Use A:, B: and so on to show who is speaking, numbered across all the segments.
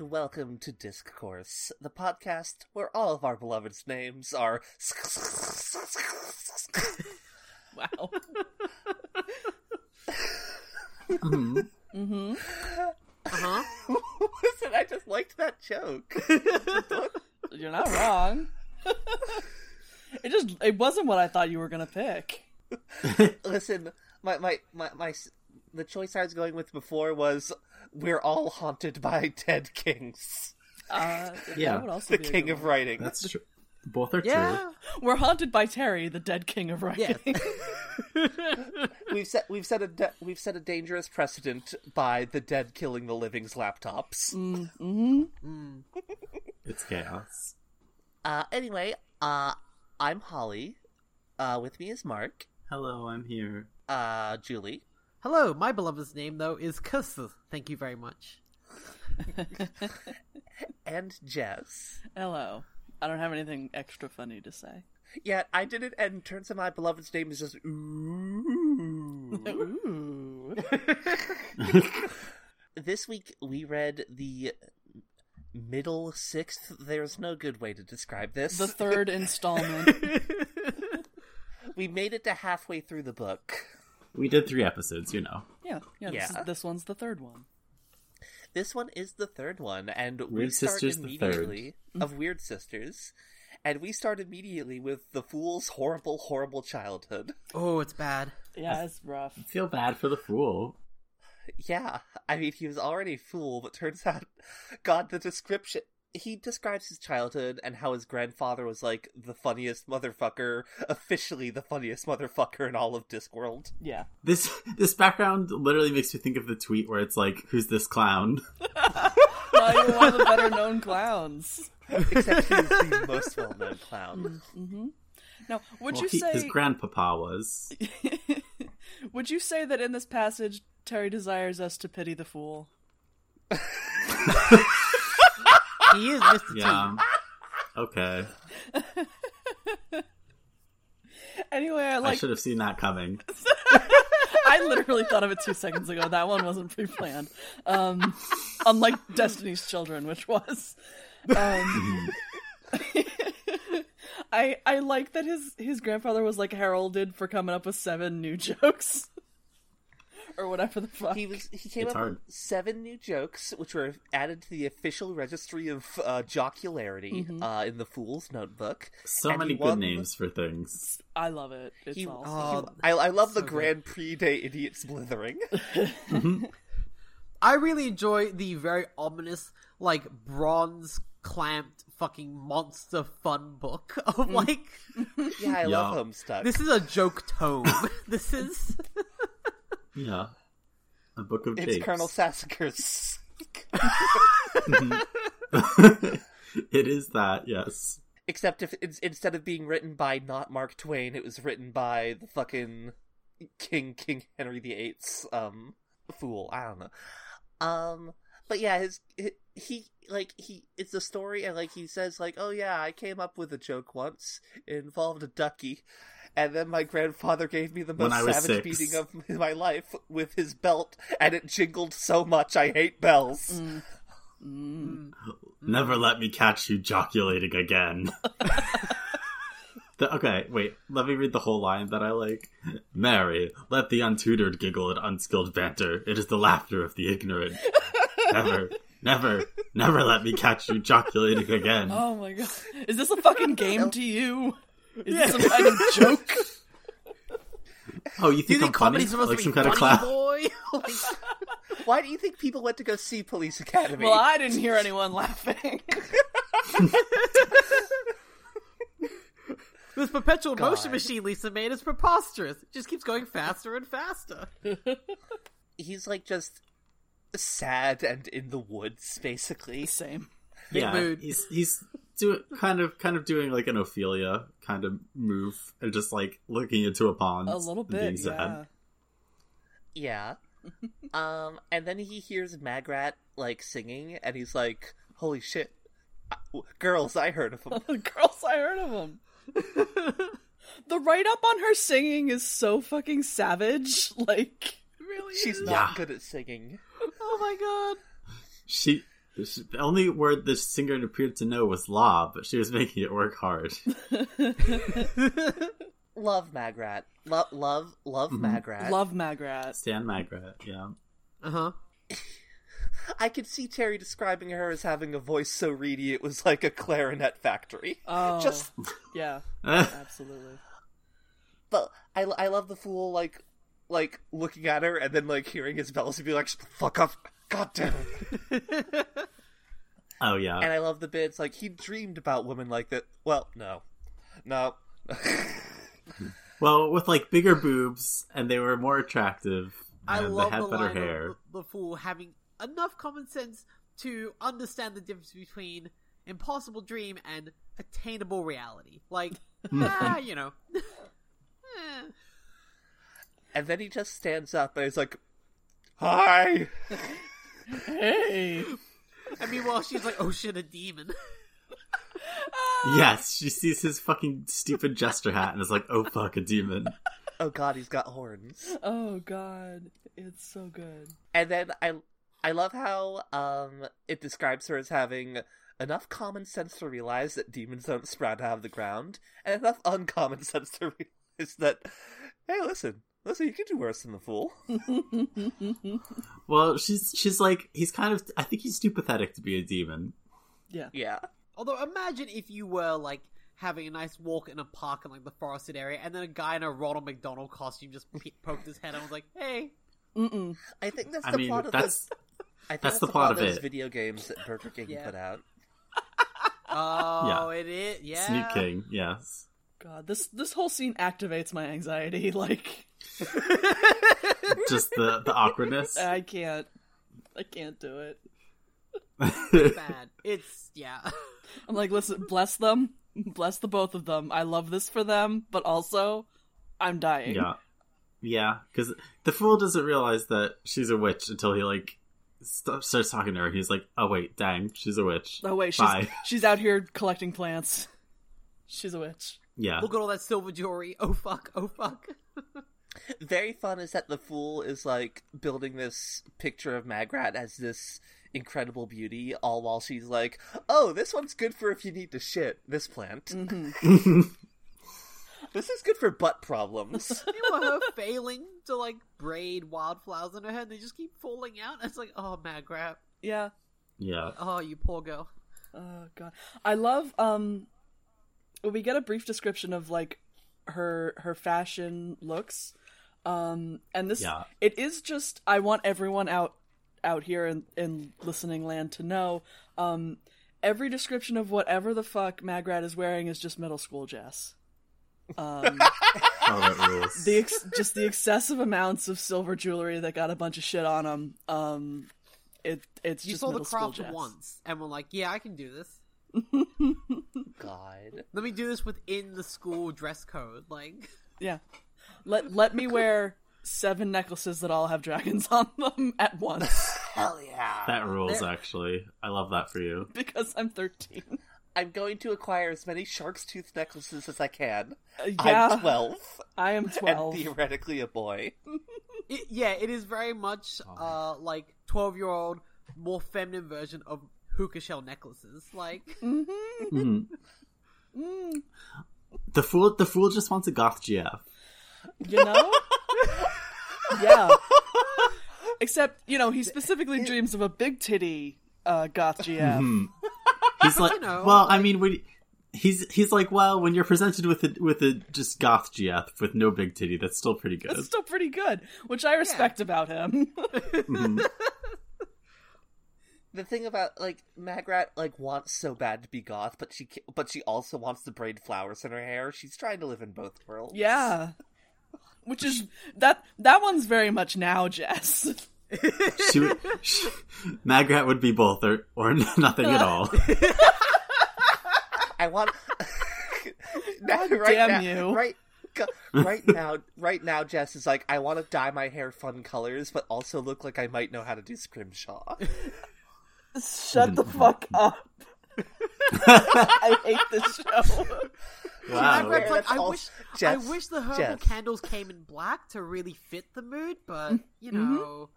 A: Welcome to Discourse, the podcast where all of our beloved's names are.
B: Wow. mm-hmm. Uh-huh.
A: Listen, I just liked that joke.
B: You're not wrong. it just it wasn't what I thought you were gonna pick.
A: Listen, my, my, my, my, s- the choice I was going with before was We're All Haunted by Dead Kings,
B: Uh,
C: Yeah.
B: that would also
A: the
B: be a
A: king
B: good
A: of
B: one.
A: writing.
C: That's true. Both are
B: Yeah, we're haunted by Terry, the dead king of writing.
A: we've set we've set a da- we've set a dangerous precedent by the dead killing the living's laptops.
B: mm-hmm.
D: Mm.
C: true. It's chaos.
A: Uh, anyway, uh, I'm Holly. Uh, with me is Mark,
C: Hello, I'm here.
A: uh, Julie,
D: Hello, my beloved's name though is Kuss. Thank you very much.
A: and Jess.
B: Hello. I don't have anything extra funny to say.
A: Yeah, I did it, and turns out my beloved's name is just ooh.
B: Ooh.
A: this week we read the middle sixth. There's no good way to describe this.
B: the third installment.
A: we made it to halfway through the book.
C: We did three episodes, you know.
B: Yeah, yeah. This, is-
A: Yeah.
B: this one's the third one.
A: This one is the third one, and we
C: Weird
A: start
C: Sisters the
A: immediately of Weird Sisters, and we start immediately with the fool's horrible, horrible childhood.
D: Oh, it's bad.
B: Yeah, it's rough.
C: Feel bad for the fool.
A: Yeah, I mean he was already a fool, but turns out, God, the description. He describes his childhood and how his grandfather was like the funniest motherfucker, officially the funniest motherfucker in all of Discworld.
B: Yeah.
C: This this background literally makes me think of the tweet where it's like, "Who's this clown?"
B: Now you're one of the better known clowns.
A: Except he's the most well-known clown.
B: Now, would
C: Well,
B: you
C: he-
B: say
C: his grandpapa was?
B: would you say that in this passage Terry desires us to pity the fool?
D: He is Mr.
C: Yeah. okay.
B: Anyway, I
C: I
B: like
C: should have seen that coming.
B: I literally thought of it two seconds ago. That one wasn't pre-planned. Um, unlike Destiny's Children, which was. Um, I I like that his his grandfather was like heralded for coming up with seven new jokes, or whatever the fuck.
A: He was he came
C: It's
A: up
C: hard.
A: with seven new jokes, which were added to the official registry of uh, jocularity uh, in the Fool's Notebook.
C: So
A: And he
C: many good
A: won-
C: names for things.
B: I love it. It's
A: He, uh,
B: all.
D: Oh,
A: he- I, I love the
D: so good.
A: Grand Prix Day idiot blithering.
D: I really enjoy the very ominous, like bronze clamped fucking monster fun book of
C: Mm.
D: like
A: yeah, I love
C: Yeah.
A: Homestuck.
D: this is a joke tome. this is
C: Yeah. A book of
A: It's
C: dates.
A: Colonel Sassacres.
C: it is that. Yes.
A: Except if it's, instead of being written by not Mark Twain, it was written by the fucking King King Henry VIII's um fool. I don't know. Um, but yeah, his, hi he like he it's a story and like he says like oh yeah I came up with a joke once it involved a ducky, and then my grandfather gave me the
C: When
A: most
C: I was
A: savage
C: six.
A: beating of my life with his belt and it jingled so much I hate bells.
B: Mm.
C: Never let me catch you joculating again. The- okay, wait. Let me read the whole line that I like. Mary, let the untutored giggle at unskilled banter. It is the laughter of the ignorant. Never, never, never let me catch you joculating again.
B: Oh my god! Is this a fucking game to you? Is this some kind of joke?
C: Oh, you
D: do
C: think
D: you
C: I'm
D: think
C: funny?
D: comedy's supposed
C: Like
D: to
C: some
D: be
C: kind of
D: funny,
C: clown?
D: boy? Like,
A: Why do you think people went to go see Police Academy?
B: Well, I didn't hear anyone laughing.
D: this perpetual
A: God.
D: motion machine Lisa made is preposterous. It just keeps going faster and faster.
A: he's like just sad and in the woods basically
B: Same.
C: Yeah,
D: mood.
C: he's he's do, kind of kind of doing like an Ophelia kind of move and just like looking into a pond.
B: A little
C: and being
B: bit.
C: sad.
B: Yeah.
A: yeah um and then he hears magrat like singing and he's like holy shit I- w- girls i heard of him
B: Girls, I heard of them. the write up on her singing is so fucking savage. Like,
D: Really?
A: she's
D: is.
A: not
C: Yeah.
A: good at singing
D: Oh my god.
C: She This- The only word this singer appeared to know was law, but she was making it work hard.
A: Love Magrat. Love, love, love Magrat.
B: Love Magrat.
C: Stan Magrat, yeah.
D: Uh huh.
A: I could see Terry describing her as having a voice so reedy it was like a clarinet factory.
B: Oh,
A: Just,
B: yeah,
C: Eh,
B: absolutely.
A: but I, I love the fool like, like looking at her and then like hearing his bells and be like, "Shut the fuck up, god damn it!"
C: oh, yeah.
A: and I love the bits like he dreamed about women like that. Well, no, no.
C: Well, with like bigger boobs, and they were more attractive,
D: I
C: and
D: love
C: they had
D: the
C: better
D: line
C: hair.
D: of the, the fool having enough common sense to understand the difference between impossible dream and attainable reality. Like,
C: Hmm.
D: ah, you know. Eh.
A: and then he just stands up and he's like, "Hi."
B: Hey,
D: And meanwhile, she's like, "Oh shit, a demon."
C: Yes, she sees his fucking stupid jester hat and is like, oh fuck, a demon.
A: Oh god, he's got horns.
B: oh god, it's so good.
A: And then I I love how um it describes her as having enough common sense to realize that demons don't sprout out of the ground, and enough uncommon sense to realize that hey, listen, listen, you can do worse than the fool.
C: Well, she's she's like, he's kind of, I think he's too pathetic to be a demon.
B: Yeah,
A: yeah.
D: Although, imagine if you were like having a nice walk in a park in like the forested area, and then a guy in a Ronald McDonald costume just pe- poked his head and was like, "Hey."
B: Mm-mm.
A: I think that's
C: I
A: the
C: mean,
A: plot of
C: that's
A: those I think
C: that's the plot of
A: those
C: it.
A: video games that Burger King
D: Yeah.
A: put out.
D: Oh, it is. Yeah.
C: Sneak King, yes.
B: God, this this whole scene activates my anxiety. Like,
C: Just the, the awkwardness.
B: I can't, I can't do it.
D: Bad. It's yeah.
B: I'm like, listen, bless them, bless the both of them. I love this for them, but also, I'm dying.
C: yeah. Yeah, because the fool doesn't realize that she's a witch until he, like, st- starts talking to her. He's like, oh wait, dang, she's a witch.
B: Oh wait, she's
C: Bye.
B: she's out here collecting plants. She's a witch.
C: Yeah.
D: Look at all that silver jewelry. Oh fuck. Oh fuck.
A: very fun is that the fool is like building this picture of Magrat as this incredible beauty, all while she's like, "Oh, this one's good for if you need to shit this plant.
B: Mm-hmm.
A: this is good for butt problems."
D: Meanwhile, her failing to like braid wildflowers in her head, they just keep falling out. It's like, oh, Magrat.
B: Yeah.
C: yeah.
D: Oh, you poor girl.
B: Oh god. I love um we get a brief description of like her her fashion looks. Um and this
C: Yeah.
B: it is just I want everyone out out here in, in listening land to know. Um every description of whatever the fuck Magrat is wearing is just middle school jazz. Um
C: Oh, that rules.
B: the ex- just the excessive amounts of silver jewelry that got a bunch of shit on them. Um, it it's
D: You
B: just
D: saw the
B: middle school
D: craft
B: jazz.
D: once and were like, yeah, I can do this.
A: God,
D: Let me do this within the school dress code. Like,
B: Yeah, let let me wear seven necklaces that all have dragons on them at once
A: hell yeah!
C: That rules, actually. I love that for you.
B: because I'm 13.
A: I'm going to acquire as many shark's tooth necklaces as I can.
B: Uh, yeah,
A: I'm twelve,
B: I am
A: and
B: 12.
A: theoretically a boy.
D: it, yeah, it is very much
B: Oh,
D: uh like twelve year old, more feminine version of hookah shell necklaces. Like,
B: Mm-hmm. Mm.
C: The fool, the fool just wants a goth GF.
B: You know? yeah. Except you know he specifically dreams of a big titty uh, goth GF.
A: Mm-hmm.
C: He's like,
D: know,
C: well, I mean, when, he's he's like, well, when you're presented with a with a just goth GF with no big titty, that's still pretty good.
B: That's still pretty good, which I respect about him.
A: The thing about like Magrat like wants so bad to be goth, but she ca- but she also wants to braid flowers in her hair. She's trying to live in both worlds.
B: Yeah. Which is that that one's very much now, Jess.
C: she, would- she, Magrat would be both or or nothing at all.
A: I want now, right
B: Damn
A: now,
B: you.
A: right go- right now right now Jess is like I want to dye my hair fun colors but also look like I might know how to do scrimshaw.
B: Shut the fuck up. I hate this show. Oh,
D: I,
C: Wow.
A: Magrat-
D: like,
A: That's
D: I
A: all-
D: wish,
A: Jess,
D: I wish the herbal
A: Jess.
B: Mm-hmm.
D: candles came in black to really fit the mood, but you know,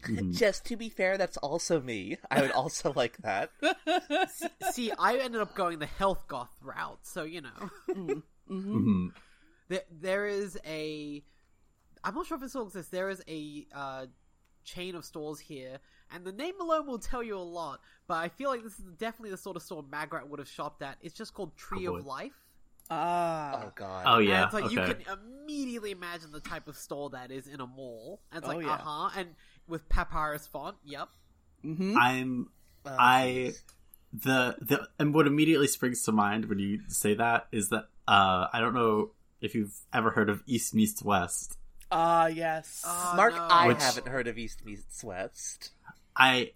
C: Mhm.
A: Just to be fair, that's also me. I would also like that.
B: Oh,
D: See, I ended up going the health goth route, so you know.
B: hmm
C: Mhm.
D: There, there is a. I'm not sure if it still exists. There is a uh, chain of stores here, and the name alone will tell you a lot. But I feel like this is definitely the sort of store Magrat would have shopped at. It's just called Tree
C: Oh,
D: of
C: boy.
D: Life.
B: Ah.
A: Oh god.
C: Oh
D: And
C: yeah.
D: it's like
C: okay.
D: you can immediately imagine the type of store that is in a mall. And it's
B: Oh,
D: like,
B: yeah.
D: uh huh, and with papyrus font. Yep.
B: hmm
C: I'm
A: Oh,
C: I the the and what immediately springs to mind when you say that is that uh I don't know if you've ever heard of East Meets West.
B: Ah, yes.
D: Ah.
A: Mark,
B: Oh,
D: no.
A: I
C: Which-
A: haven't heard of East meets West.
C: I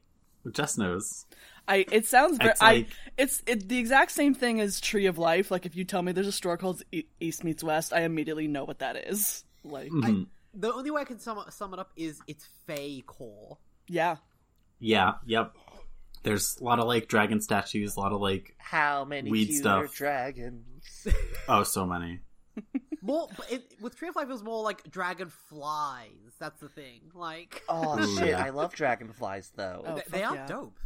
C: Jess knows.
B: I. It sounds very.
C: It's
B: I.
C: like-
B: It's it, the exact same thing as Tree of Life. Like if you tell me there's a store called e- East Meets West, I immediately know what that is. Like,
C: Mhm.
D: The only way I can sum, sum it up is it's Fey core.
B: yeah.
C: Yeah, yep. There's a lot of like dragon statues, a lot of like
A: How many
C: Weed
A: cuter
C: stuff.
A: dragons?
C: oh so many.
D: More, but it, with Tree of Life, it was more like dragonflies. That's the thing. Like,
A: Oh
C: Ooh.
A: shit, I love dragonflies though.
B: Oh,
D: they, they
B: fuck
D: are
B: yeah.
D: dope.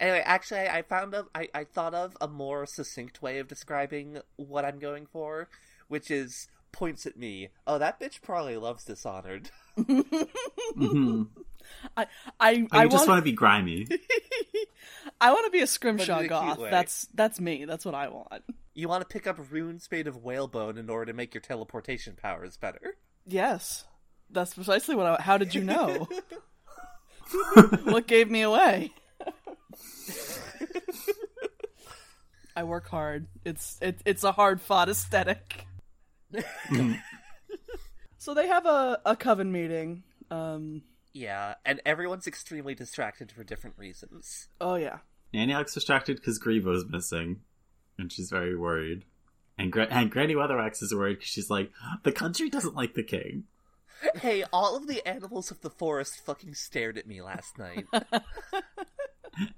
A: Anyway, actually, I, I found a, I, I thought of a more succinct way of describing what I'm going for, which is points at me. Oh, that bitch probably loves Dishonored.
C: hmm
B: I. I.
C: I
B: I
C: just
B: want.
C: want to be grimy.
B: I want to be
A: But
B: a
A: in
B: scrimshaw
A: a cute
B: goth.
A: way.
B: That's that's me. That's what I want.
A: You want to pick up runes made of whalebone in order to make your teleportation powers better.
B: Yes, that's precisely what. I, how did you know? what gave me away? I work hard. It's it, it's a hard fought aesthetic. so they have a, a coven meeting. Um.
A: Yeah, and everyone's extremely distracted for different reasons.
B: Oh yeah.
C: Nanny Alex distracted because Grievo's missing, and she's very worried. And, Gra- and Granny Weatherax is worried because she's like, the country doesn't like the king.
A: Hey, all of the animals of the forest fucking stared at me last night.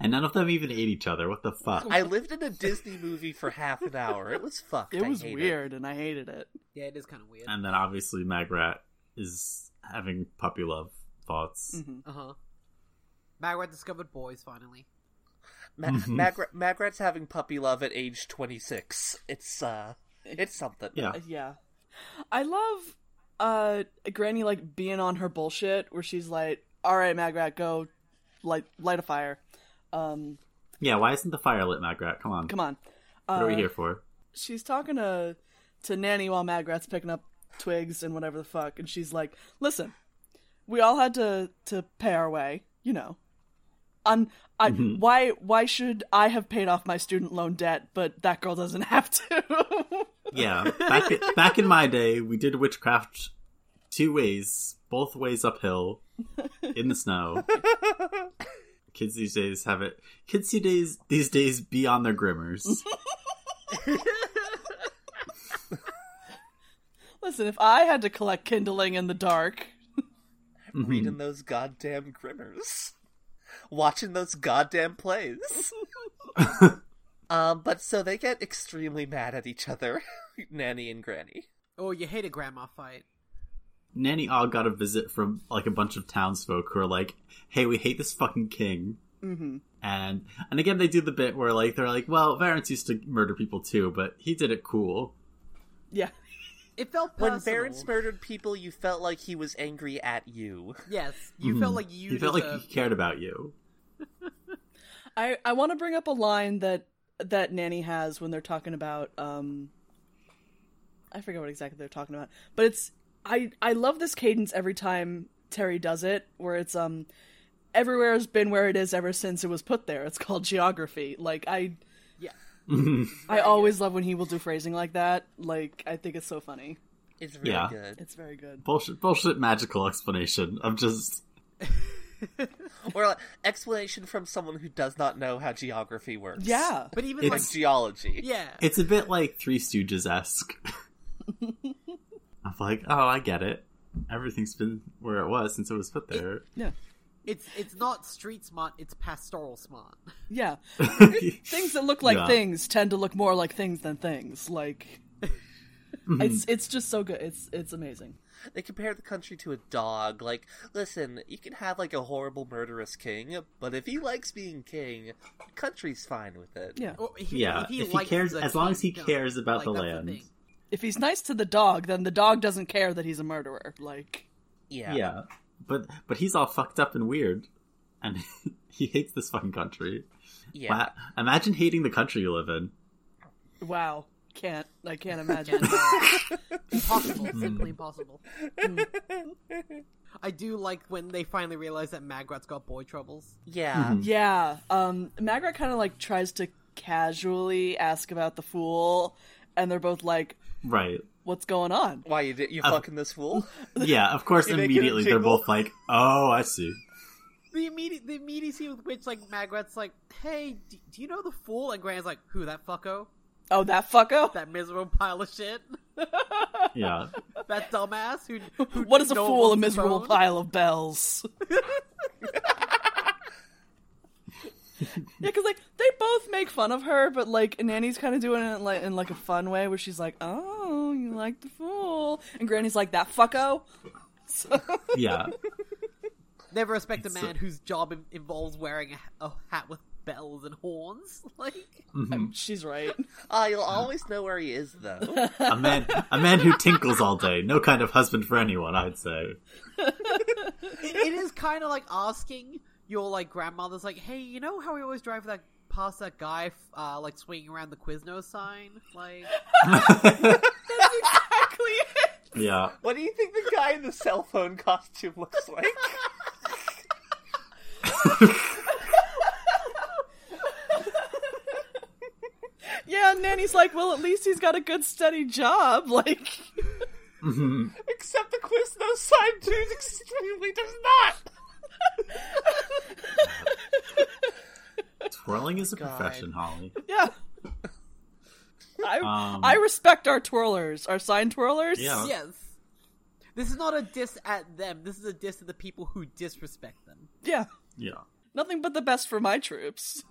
C: And none of them even ate each other. What the fuck?
A: I lived in a Disney movie for half an hour. It was fucked.
B: It
A: I
B: was
A: hate
B: weird, and I hated it.
D: Yeah, it is kind of weird.
C: And then obviously Magrat is having puppy love thoughts.
B: Mhm.
D: Uh huh. Magrat discovered boys finally.
A: Ma-
C: Mm-hmm.
A: Magra- Magrat's having puppy love at age 26. It's uh it's something.
C: Yeah.
B: Yeah. I love uh Granny like being on her bullshit where she's like, Alright, Magrat, go light light a fire. Um
C: Yeah, why isn't the fire lit, Magrat? Come on.
B: come on. Uh,
C: What are we here for?
B: She's talking to to Nanny while Magrat's picking up twigs and whatever the fuck, and she's like, Listen, we all had to to pay our way, you know. Un- I,
C: Mm-hmm.
B: why why should I have paid off my student loan debt, but that girl doesn't have to?
C: Yeah. Back, back in my day, we did witchcraft two ways, both ways uphill, in the snow. Kids these days have it. Kids these days, these days be on their grimmers.
B: Listen, if I had to collect kindling in the dark,
C: Mm-hmm.
A: Reading those goddamn grimmers. Watching those goddamn plays. um but so they get extremely mad at each other, Nanny and Granny.
D: Oh, you hate a grandma fight.
C: Nanny all got a visit from like a bunch of townsfolk who are like, "Hey, we hate this fucking king." Mm-hmm. And and again, they do the bit where like they're like, "Well, Varence used to murder people too, but he did it cool."
B: yeah,
D: It felt
A: When
D: personal.
A: Barons murdered people, you felt like he was angry at you.
D: Yes, you felt like you
C: he Mm-hmm. felt like
D: deserved-
C: he cared about you.
B: I I want to bring up a line that that Nanny has when they're talking about um, I forget what exactly they're talking about, but it's I I love this cadence every time Terry does it, where it's um, everywhere has been where it is ever since it was put there. It's called geography. Like I
D: Yeah.
B: I always love when he will do phrasing like that. Like I think it's so funny.
A: It's really
C: Yeah.
A: good.
B: It's very good.
C: Bullshit, bullshit, magical explanation. I'm just
A: Or like, explanation from someone who does not know how geography works.
B: Yeah.
D: But even
A: Like
C: It's-
A: geology.
D: like, yeah,
C: it's a bit like Three Stooges esque. I'm like, oh, I get it. Everything's been where it was since it was put there.
B: Yeah.
D: it's it's not street smart. It's pastoral smart.
B: Yeah. things that look like
C: Yeah.
B: things tend to look more like things than things. Like
C: Hmm. Mm,
B: It's it's just so good. It's it's amazing.
A: They compare the country to a dog. Like, listen, you can have like a horrible murderous king, but if he likes being king, country's fine with it.
B: Yeah.
D: Or if,
C: Yeah, if he
D: likes
C: cares-
D: the
C: as long as he
D: kingdom,
C: cares about
D: like,
C: the
D: that's
C: land.
D: thing.
B: If he's nice to the dog, then the dog doesn't care that he's a murderer. Like
A: Yeah.
C: yeah. but but he's all fucked up and weird, and he hates this fucking country.
A: Yeah.
C: Wow. Imagine hating the country you live in.
B: wow, can't I can't imagine.
D: impossible,
B: Mm.
D: simply impossible. I do like when they finally realize that Magrat's got boy troubles.
A: Yeah.
C: Mm-hmm.
B: Yeah. Um Magra kind of like tries to casually ask about the fool and they're both like
C: Right.
B: what's going on?
A: Why you did you
C: Uh,
A: fucking this fool?
C: Yeah, of course.
A: You make it
C: immediately, they're
A: jingle.
C: both like, "Oh, I see."
D: The immediate, the immediacy with which like Magrat's like, "Hey, do, do you know the fool?" And Grant's like, "Who that fucko?
B: Oh, that fucko.
D: That miserable pile of shit?
C: Yeah,
D: That dumbass who? who
B: What is a
D: no one
B: fool? A
D: wants to
B: miserable
D: bone?"
B: pile of bells. yeah, because like they both make fun of her, but like Nanny's kind of doing it in, like in like a fun way, where she's like, "Oh, you like the fool," and Granny's like, "That fucko." So,
C: yeah,
D: Never respect a
C: It's a-
D: man whose job in- involves wearing a, a hat with bells and horns. Like,
C: Mm-hmm.
B: she's right.
A: Ah,
C: uh.
A: you'll always know where he is though.
C: a man, a man who tinkles all day. No kind of husband for anyone, I'd say.
D: it, it is kind of like asking your like grandmother's like, "Hey, you know how we always drive that past that guy f- uh, like swinging around the Quiznos sign? Like,
B: exactly.
C: Yeah,
A: what do you think the guy in the cell phone costume looks like?
B: Yeah, and Nanny's like, "Well, at least he's got a good steady job." Like,
A: Except the Quiznos sign dude extremely does not.
C: twirling is a profession, Holly.
B: yeah. I
C: Um,
B: I respect our twirlers, our sign twirlers.
C: Yeah.
D: yes, this is not a diss at them. This is a diss at the people who disrespect them."
B: Yeah.
C: Yeah,
B: Nothing but the best for my troops.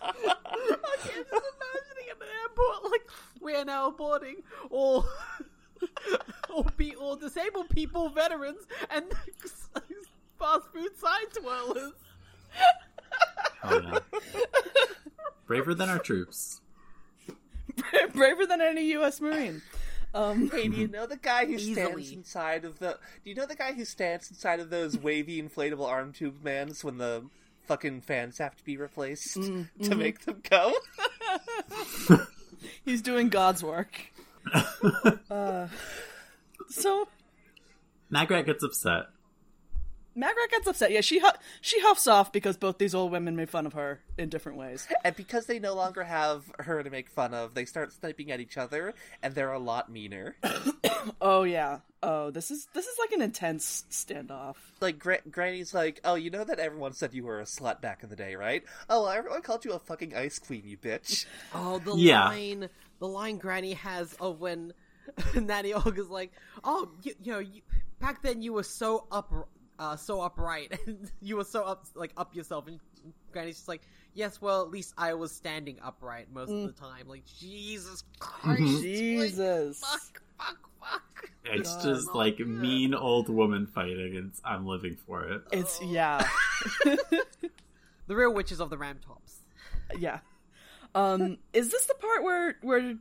D: I'm just imagining at the airport, like we are now boarding all, all, be, all disabled people, veterans, and fast food side twirlers.
C: oh yeah. Braver than our troops.
B: Braver than any U.S. Marine. Um,
A: Hey, do you know the guy who stands
D: Mm-hmm. Easily.
A: inside of the? Do you know the guy who stands inside of those wavy inflatable arm tube mans when the fucking fans have to be replaced
D: Mm-hmm.
A: to make them go?
B: he's doing God's work. Uh, so
C: Magrat gets upset.
B: Magrat gets upset. Yeah, she hu- she huffs off because both these old women made fun of her in different ways.
A: and because they no longer have her to make fun of, they start sniping at each other, and they're a lot meaner.
B: Oh yeah. Oh, this is this is like an intense standoff.
A: like Gra- Granny's like, "Oh, you know that everyone said you were a slut back in the day, right? Oh, well, everyone called you a fucking ice queen, you bitch."
D: Oh, the
C: Yeah.
D: line, the line Granny has of when Nanny Og is like, "Oh, you, you know, you, back then you were so up, uh, so upright, and you were so up, like up yourself." And Granny's just like, "Yes, well, at least I was standing upright most of the time." Like, Jesus Christ, like,
B: Mm. Mm-hmm. Jesus.
D: fuck, fuck, fuck.
C: It's just like mean old woman fighting, and I'm living for it.
B: It's yeah.
D: The real witches of the Ram Tops.
B: Yeah. Um, is this the part where where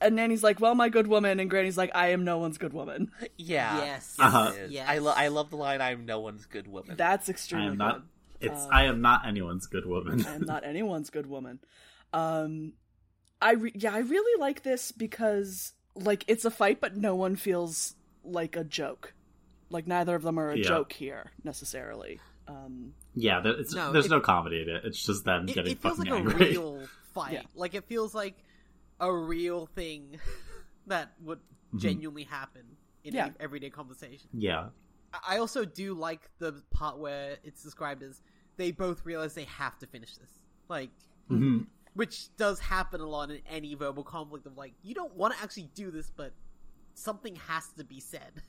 B: and Nanny's like, "Well, my good woman," and Granny's like, "I am no one's good woman."
A: yeah.
D: Yes.
C: Uh-huh.
A: It is.
D: Yes.
A: I, lo- I love the line, I'm no one's good woman.
B: That's
C: I
B: extremely
C: am
B: good.
C: not. It's
D: Uh,
C: I am not anyone's good woman.
B: I am not anyone's good woman. Um, I re- yeah, I really like this because like it's a fight, but no one feels like a joke. Like neither of them are a
C: Yeah.
B: joke here necessarily. Um,
C: yeah, there, it's,
D: No,
C: there's
D: it-
C: no comedy in it. It's just them
D: It,
C: getting
D: it feels
C: fucking
D: like a
C: angry.
D: real fight.
B: Yeah.
D: Like it feels like a real thing that would genuinely happen in
B: Mm-hmm. Yeah.
D: ev- everyday conversation.
C: Mm-hmm. yeah,
D: I I also do like the part where it's described as they both realize they have to finish this. Like, Mm-hmm.
C: Mm-hmm.
D: which does happen a lot in any verbal conflict of like, you don't want to actually do this, but something has to be said.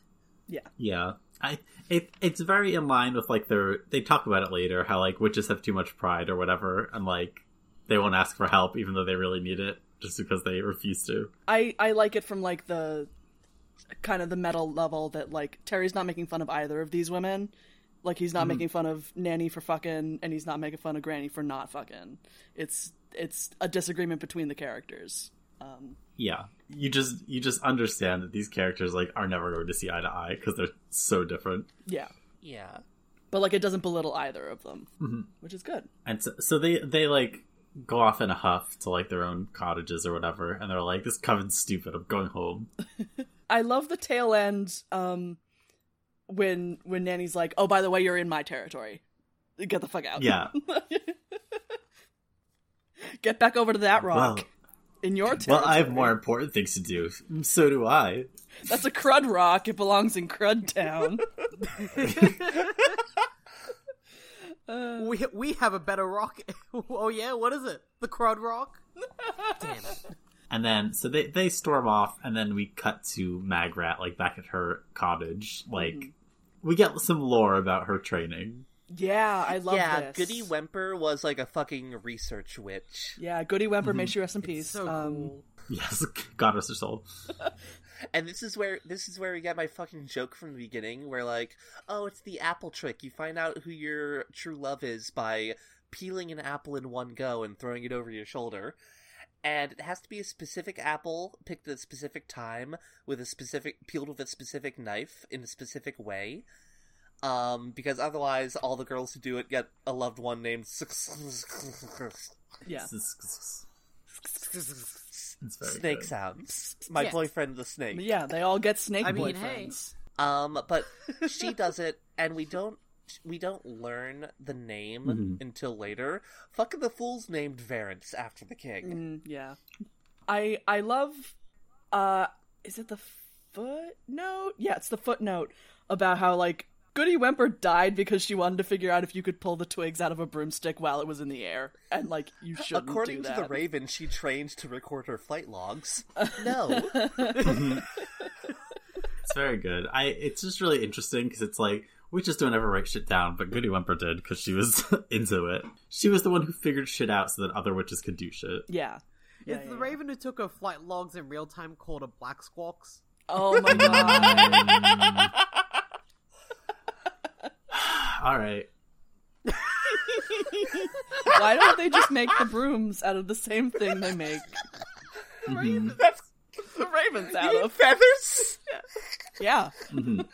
B: yeah,
C: yeah. I it, it's very in line with like their they talk about it later how like witches have too much pride or whatever, and like they won't ask for help even though they really need it just because they refuse to.
B: I I like it from like the kind of the metal level that like Terry's not making fun of either of these women. Like he's not making fun of Nanny for fucking and he's not making fun of Granny for not fucking. It's it's a disagreement between the characters. Um
C: Yeah. You just you just understand that these characters like are never going to see eye to eye because they're so different.
B: yeah.
A: Yeah.
B: But like it doesn't belittle either of them,
C: Mhm.
B: which is good.
C: And so, so they they like go off in a huff to like their own cottages or whatever, and they're like, "This coven's stupid. I'm going home."
B: I love the tail end um when when Nanny's like, "Oh, by the way, you're in my territory. Get the fuck out."
C: Yeah.
B: Get back over to that rock
C: Well,
B: in your territory.
C: well, I have more important things to do. So do I.
B: That's a crud rock. It belongs in Crud Town. Uh,
D: We we have a better rock. oh yeah, what is it? The crud rock. Damn it.
C: And then so they they storm off, and then we cut to Magrat like back at her cottage. Like we get some lore about her training.
B: yeah, I love
A: yeah,
B: this.
A: Goody Wemper was like a fucking research witch.
B: Yeah, Goody Wemper,
C: Mm-hmm.
B: may she rest in peace.
D: So
B: um,
D: cool.
C: Yes, God rest her soul.
A: And this is where this is where we get my fucking joke from the beginning, where like, oh, it's the apple trick. You find out who your true love is by peeling an apple in one go and throwing it over your shoulder. And it has to be a specific apple picked at a specific time with a specific peeled with a specific knife in a specific way. Um, because otherwise, all the girls who do it get a loved one named.
B: Yeah.
C: It's very
A: snake
C: good.
A: sounds. My
D: Yes.
A: boyfriend the snake.
B: Yeah, they all get snake
D: I mean, hey.
B: boyfriends.
A: Um, but she does it, and we don't we don't learn the name
C: Mhm.
A: until later. Fucking the fool's named Varence after the king.
B: Mm, yeah. I I love uh is it the footnote? Yeah, it's the footnote about how like Goody Wemper died because she wanted to figure out if you could pull the twigs out of a broomstick while it was in the air. And like you shouldn't
A: According
B: do
A: to
B: that.
A: the Raven, she trained to record her flight logs. no,
C: It's very good. I it's just really interesting because it's like we just don't ever write shit down, but Goody Wemper did because she was into it. She was the one who figured shit out so that other witches could do shit.
B: Yeah. Yeah,
D: it's
B: yeah,
D: the
B: yeah.
D: raven who took her flight logs in real time called a black squawks.
B: Oh my god.
C: All right,
B: Why don't they just make the brooms out of the same thing they make Mm-hmm.
A: that's
B: the ravens
A: you
B: out
A: mean
B: of?
A: feathers.
B: Yeah.
C: Mhm.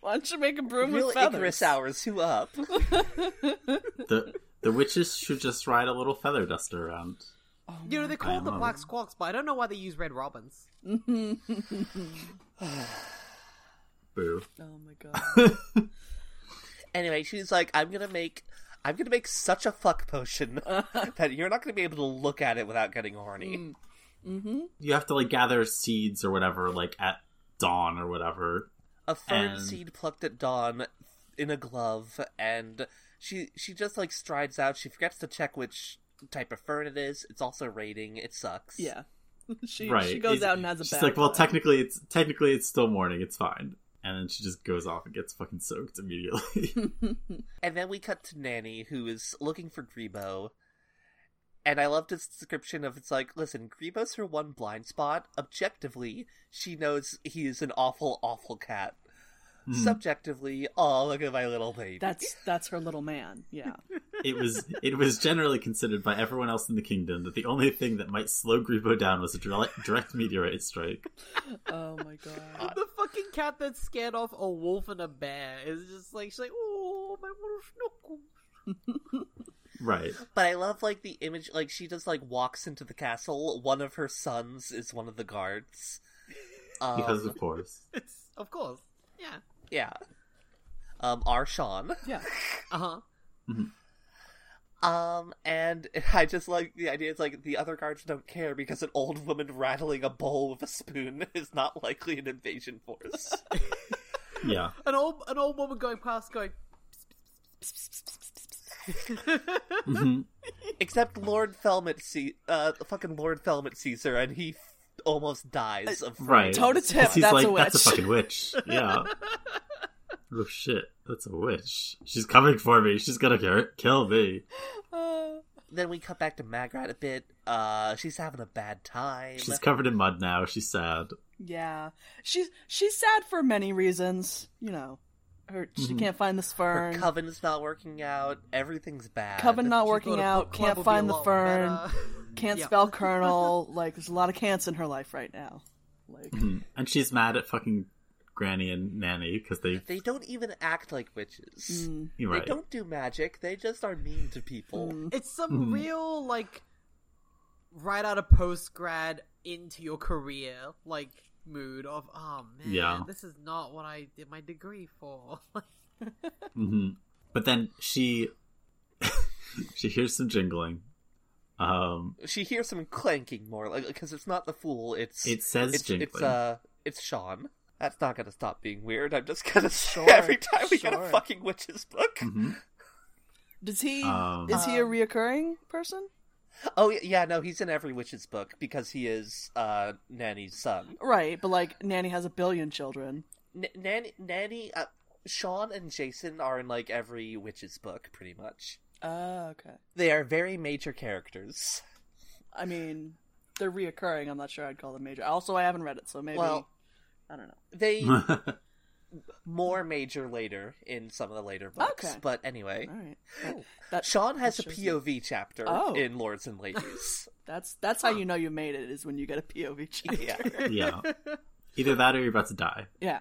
B: Why don't you make a broom
A: Real
B: with feathers?
A: Icarus hours. Who up?
C: the the witches should just ride a little feather duster around.
B: Oh
D: You know, they're called the
C: know.
D: black squawks, but I don't know why they use red robins.
B: my-
C: Boo.
B: oh my god.
A: Anyway, she's like, I'm gonna make. I'm gonna make such a fuck potion that you're not gonna be able to look at it without getting horny.
C: You have to like gather seeds or whatever, like at dawn or whatever.
A: a fern
C: And-
A: seed plucked at dawn in a glove and she she just like strides out she forgets to check which type of fern it is it's also raiding it sucks
B: Yeah. She
C: right.
B: she goes
C: It's-
B: out and has a
C: She's
B: bad
C: like, well,
B: time.
C: technically it's technically it's still morning. It's fine. And then she just goes off and gets fucking soaked immediately.
A: and then we cut to nanny who is looking for grebo and i love this description of it's like listen grebo's her one blind spot objectively she knows he is an awful awful cat subjectively oh look at my little baby
B: That's that's her little man. Yeah.
C: it was it was generally considered by everyone else in the kingdom that the only thing that might slow Grebo down was a direct, direct meteorite strike.
B: Oh my god.
D: The fucking cat that scared off a wolf and a bear is just like she's like, oh my little schnookle.
C: Right.
A: But I love like the image like she just like walks into the castle. One of her sons is one of the guards. Um,
C: Because of course.
D: It's of course, yeah,
A: yeah. Um Arshan.
B: Yeah.
D: uh huh.
A: Um and I just like the idea it's like the other guards don't care because an old woman rattling a bowl with a spoon is not likely an invasion force.
C: Yeah.
D: An old an old woman going past, going.
C: Mhm.
A: Except Lord Felmet see uh fucking Lord Felmet sees her and he f- almost dies of
C: Right.
B: Toe to tip,
C: 'Cause he's
B: that's
C: like,
B: a
C: that's a
B: witch."
C: fucking witch. Yeah. oh shit, that's a witch. She's coming for me. She's gonna ki- kill me.
B: Uh,
A: Then we cut back to Magrat a bit. Uh, she's having a bad time.
C: She's covered in mud now. She's sad.
B: Yeah, she's she's sad for many reasons. You know, her
C: Mm-hmm.
B: she can't find the
A: Her
B: fern.
A: coven's not working out. Everything's bad.
B: Coven not
D: Just go
B: working
D: to
B: out.
D: book club
B: Can't
D: would be
B: find
D: a
B: the
D: lot
B: fern.
D: better.
B: Can't
D: Yep.
B: spell kernel. Like, there's a lot of cants in her life right now. Like,
C: Mm-hmm. And she's mad at fucking Granny and Nanny because they.
A: They don't even act like witches.
B: Mm.
C: You're
A: They
C: right.
A: don't do magic. They just are mean to people.
B: Mm.
D: It's
C: Hmm.
D: some real like right out of post grad into your career like mood of oh man,
C: Yeah.
D: this is not what I did my degree for.
C: Mhm. But then she. she hears some jingling. Um,
A: She hears some clanking more, like because it's not the fool. It's
C: it says
A: it's,
C: jingling.
A: it's uh it's Sean. That's not gonna stop being weird. I'm just gonna say
B: Sure,
A: every time we get a
B: sure.
A: fucking witch's book.
C: Mhm.
B: does he
C: Um.
B: is he a reoccurring person?
A: Oh y- yeah, no, he's in every witch's book because he is uh Nanny's son.
B: Right, but like Nanny has a billion children.
A: N- Nanny, Nanny, uh, Sean, and Jason are in like every witch's book, pretty much.
B: Oh, okay.
A: They are very major characters.
B: I mean, they're reoccurring. I'm not sure I'd call them major. Also, I haven't read it, so maybe
A: Well-
B: I don't know.
A: They more major later in some of the later books,
B: Okay.
A: but anyway,
B: All right,
A: oh.
B: that,
A: Sean has a
B: that shows you-
A: POV chapter
B: Oh.
A: in Lords and Ladies.
B: That's that's how you know you made it is when you get a POV chapter.
A: yeah.
C: yeah. Either that or you're about to die.
B: yeah.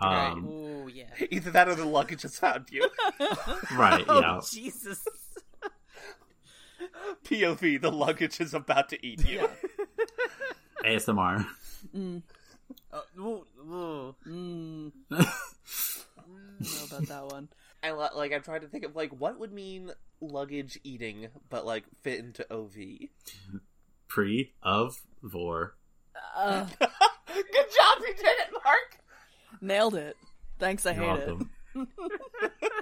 A: Right.
C: Um,
D: Oh yeah.
A: Either that or the luggage has found you.
C: right. yeah.
D: Oh Jesus.
A: POV, the luggage is about to eat you.
C: ASMR.
D: Uh, woo, woo.
B: Mm, I don't know about that one.
A: I lo- like I'm trying to think of like what would mean luggage eating but like fit into OV.
C: Pre of vor.
B: Uh,
A: Good job you did it, Mark.
B: nailed it. Thanks, I
C: You're
B: hate
C: welcome.
B: it.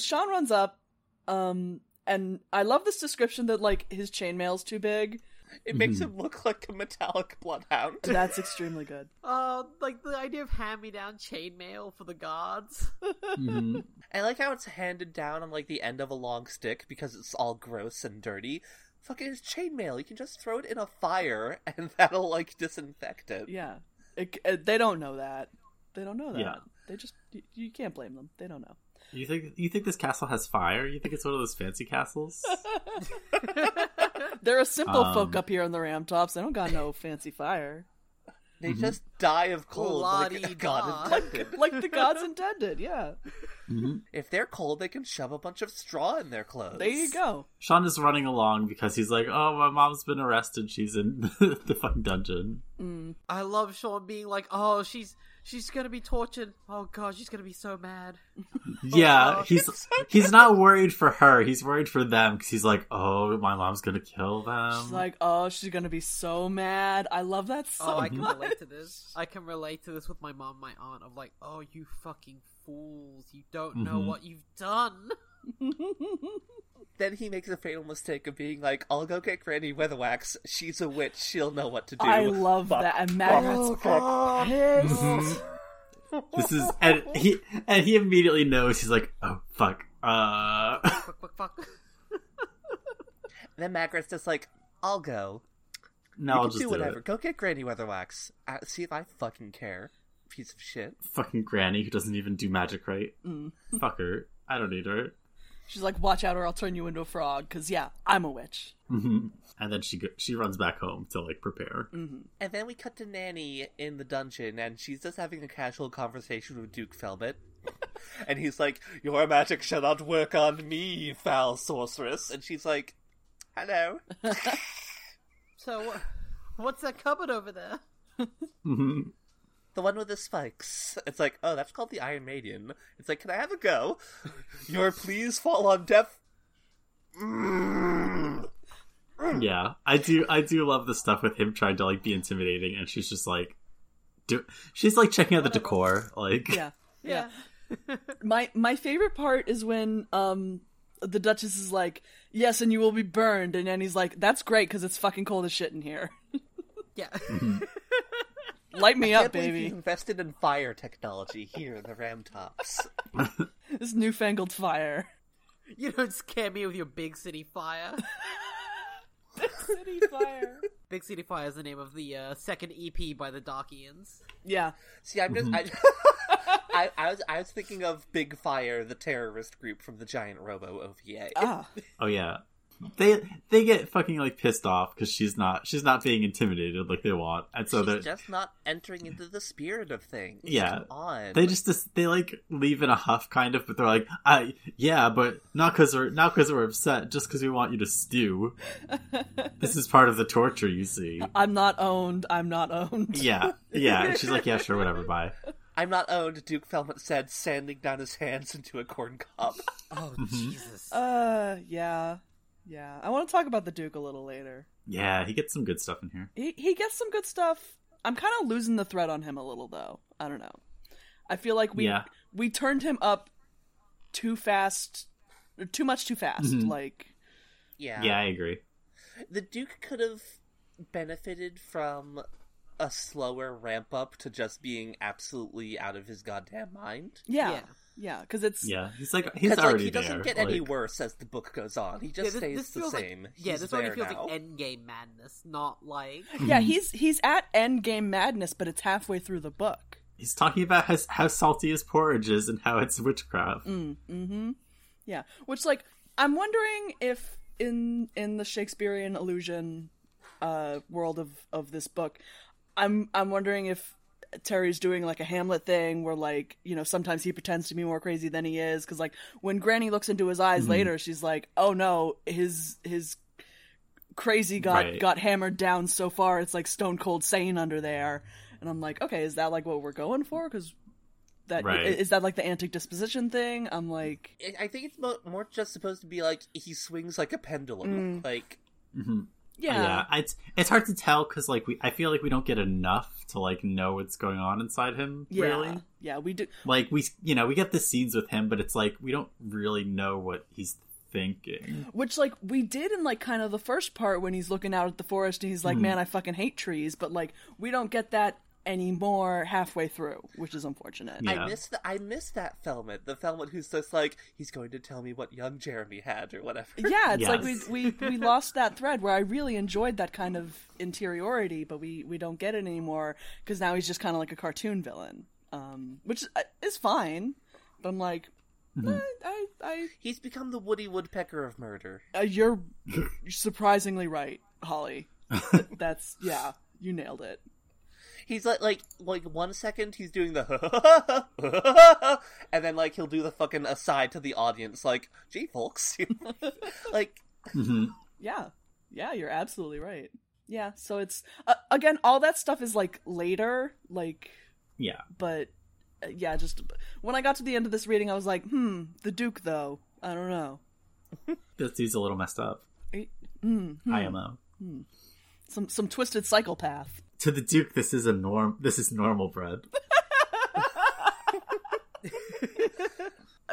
B: Sean runs up, um, and I love this description that like his chainmail's too big.
A: It makes him look like a metallic bloodhound.
B: That's extremely good.
D: Uh, like the idea of hand-me-down chainmail for the guards.
C: Mhm.
A: I like how it's handed down on like the end of a long stick because it's all gross and dirty. Fucking it's chainmail. You can just throw it in a fire and that'll like disinfect it.
B: Yeah, it, it- they don't know that. They don't know that.
C: Yeah.
B: They just you, you can't blame them. They don't know.
C: You think you think this castle has fire? You think it's one of those fancy castles?
B: They're a simple folk
C: Um,
B: up here on the ram tops. They don't got no fancy fire,
A: They just die of cold. Oh, Like,
D: La-di-da.
A: God intended.
B: like the gods intended. Yeah,
A: If they're cold, they can shove a bunch of straw in their clothes.
B: there you go.
C: Sean is running along because he's like, "Oh, my mom's been arrested. She's in the fucking dungeon."
B: Mm.
D: I love Sean being like, "Oh, she's she's gonna be tortured. Oh God, she's gonna be so mad."
B: Oh,
C: yeah, he's he's not worried for her. He's worried for them because he's like, "Oh, my mom's gonna kill them."
B: She's like, oh, she's gonna be so mad. I love that so
D: oh, I can
B: much.
D: relate to this. I can relate to this with my mom, my aunt. Of like, oh, you fucking fools! You don't know
C: Mhm.
D: what you've done.
A: Then he makes a fatal mistake of being like, "I'll go get Granny Weatherwax. She's a witch. She'll know what to do."
B: I love that. And Magrat's pissed.
C: this is and he and he immediately knows. He's like, "Oh fuck." Uh,
D: Fuck, fuck, fuck.
A: then Magrat's just like, "I'll go.
C: no,
A: You
C: I'll
A: can
C: just
A: do
C: do,
A: whatever.
C: it.
A: Go get Granny Weatherwax. Uh, see if I fucking care." Piece of shit.
C: Fucking granny who doesn't even do magic right. Fuck her. I don't need her.
B: Mm. She's like, watch out or I'll turn you into a frog. Because, yeah, I'm a witch.
C: Mhm. And then she go- she runs back home to like prepare.
A: And then we cut to Nanny in the dungeon, and she's just having a casual conversation with Duke Felmet. and he's like, Your magic shall not work on me, foul sorceress. And she's like, Hello.
D: So, wha- what's that cupboard over there?
C: Mhm.
A: The one with the spikes. It's like, oh, that's called the Iron Maiden. It's like, can I have a go? Your please fall on death. Mm.
C: Yeah, I do. I do love the stuff with him trying to like be intimidating, and she's just like, do. She's like checking out the decor, like
B: Yeah. Yeah. my my favorite part is when um the Duchess is like, yes, and you will be burned. And Annie's like, that's great because it's fucking cold as shit in here.
D: Yeah,
B: Light me
A: Can't
B: up,
A: believe
B: baby.
A: He's invested in fire technology here in the Ram Tops.
B: This newfangled fire.
D: You don't scare me with your big city fire.
B: City Fire.
D: big city fire is the name of the uh, second EP by the Darkians.
B: Yeah.
A: See, I'm just. I,
C: Mm-hmm.
A: I, I was I was thinking of Big Fire, the terrorist group from the Giant Robo OVA.
B: Ah.
C: Oh yeah, they they get fucking like pissed off because she's not she's not being intimidated like they want, and so
A: She's
C: they
A: just not entering into the spirit of things.
C: Yeah.
A: Come on.
C: they just dis- they like leave in a huff kind of, but they're like, I yeah, but not because we're not because we're upset, just because we want you to stew. this is part of the torture, you see.
B: I'm not owned. I'm not owned.
C: Yeah, yeah. And she's like, yeah, sure, whatever, bye.
A: I'm not owned, Duke Felmont said, sanding down his hands into a corn cup.
D: Oh
A: Mm-hmm.
D: Jesus!
B: Uh, yeah. Yeah. I want to talk about the Duke a little later.
C: Yeah, he gets some good stuff in here.
B: He he gets some good stuff. I'm kind of losing the thread on him a little though. I don't know. I feel like we
C: Yeah.
B: we turned him up too fast, or too much too fast.
C: Mhm.
B: Like
A: Yeah.
C: Yeah, I agree.
A: The Duke could have benefited from a slower ramp up to just being absolutely out of his goddamn mind.
B: yeah,
D: Yeah.
B: yeah, because it's
C: Yeah, he's like he's
A: Because like,
C: already
A: he doesn't
C: there.
A: get any
C: like-
A: worse as the book goes on. He just
D: Yeah,
A: stays the
D: feels
A: same.
D: Like, yeah,
A: He's
D: this
A: there
D: already feels
A: now.
D: like endgame madness, not like
B: yeah he's he's at endgame madness, but it's halfway through the book.
C: He's talking about how, how salty his porridge is and how it's witchcraft.
A: Mm.
B: Mm-hmm. Yeah, which like I'm wondering if in in the Shakespearean illusion uh world of of this book, I'm I'm wondering if Terry's doing like a Hamlet thing where like you know sometimes he pretends to be more crazy than he is because like when Granny looks into his eyes later, she's like, oh no, his his crazy got
C: Right.
B: got hammered down so far it's like stone cold sane under there and i'm like okay is that like what we're going for because that
C: Right.
B: is that like the antic disposition thing i'm like
A: I- I think it's mo- more just supposed to be like he swings like a pendulum. Like
C: Mhm.
B: yeah
C: it's it's hard to tell because like we, I feel like we don't get enough to like know what's going on inside him.
B: yeah
C: Really,
B: yeah we do
C: like we, you know, we get the scenes with him, but it's like we don't really know what he's thinking.
B: which like we did in like kind of the first part when he's looking out at the forest and he's
C: Hmm.
B: like man i fucking hate trees but like we don't get that anymore halfway through which is unfortunate
C: Yeah.
A: I miss the I miss that Felmet, the Felmet who's just like he's going to tell me what young Jeremy had or whatever.
B: yeah it's like we,
C: Yes.
B: we we lost that thread where i really enjoyed that kind of interiority but we we don't get it anymore because now he's just kind of like a cartoon villain um which uh, is fine but i'm like eh, i i
A: He's become the Woody Woodpecker of murder.
B: uh, you're surprisingly right holly that's yeah you nailed it
A: He's like like like one second he's doing the and then like he'll do the fucking aside to the audience like, "Gee, folks." like
C: Mhm.
B: yeah yeah you're absolutely right yeah so it's uh, again all that stuff is like later like
C: Yeah,
B: but uh, yeah just when i got to the end of this reading i was like hmm the duke though i don't know
C: this he's a little messed up.
B: Eh, hmm, hmm.
C: IMO
B: some some twisted psychopath
C: to the Duke. This is a norm. This is normal bread.
B: uh,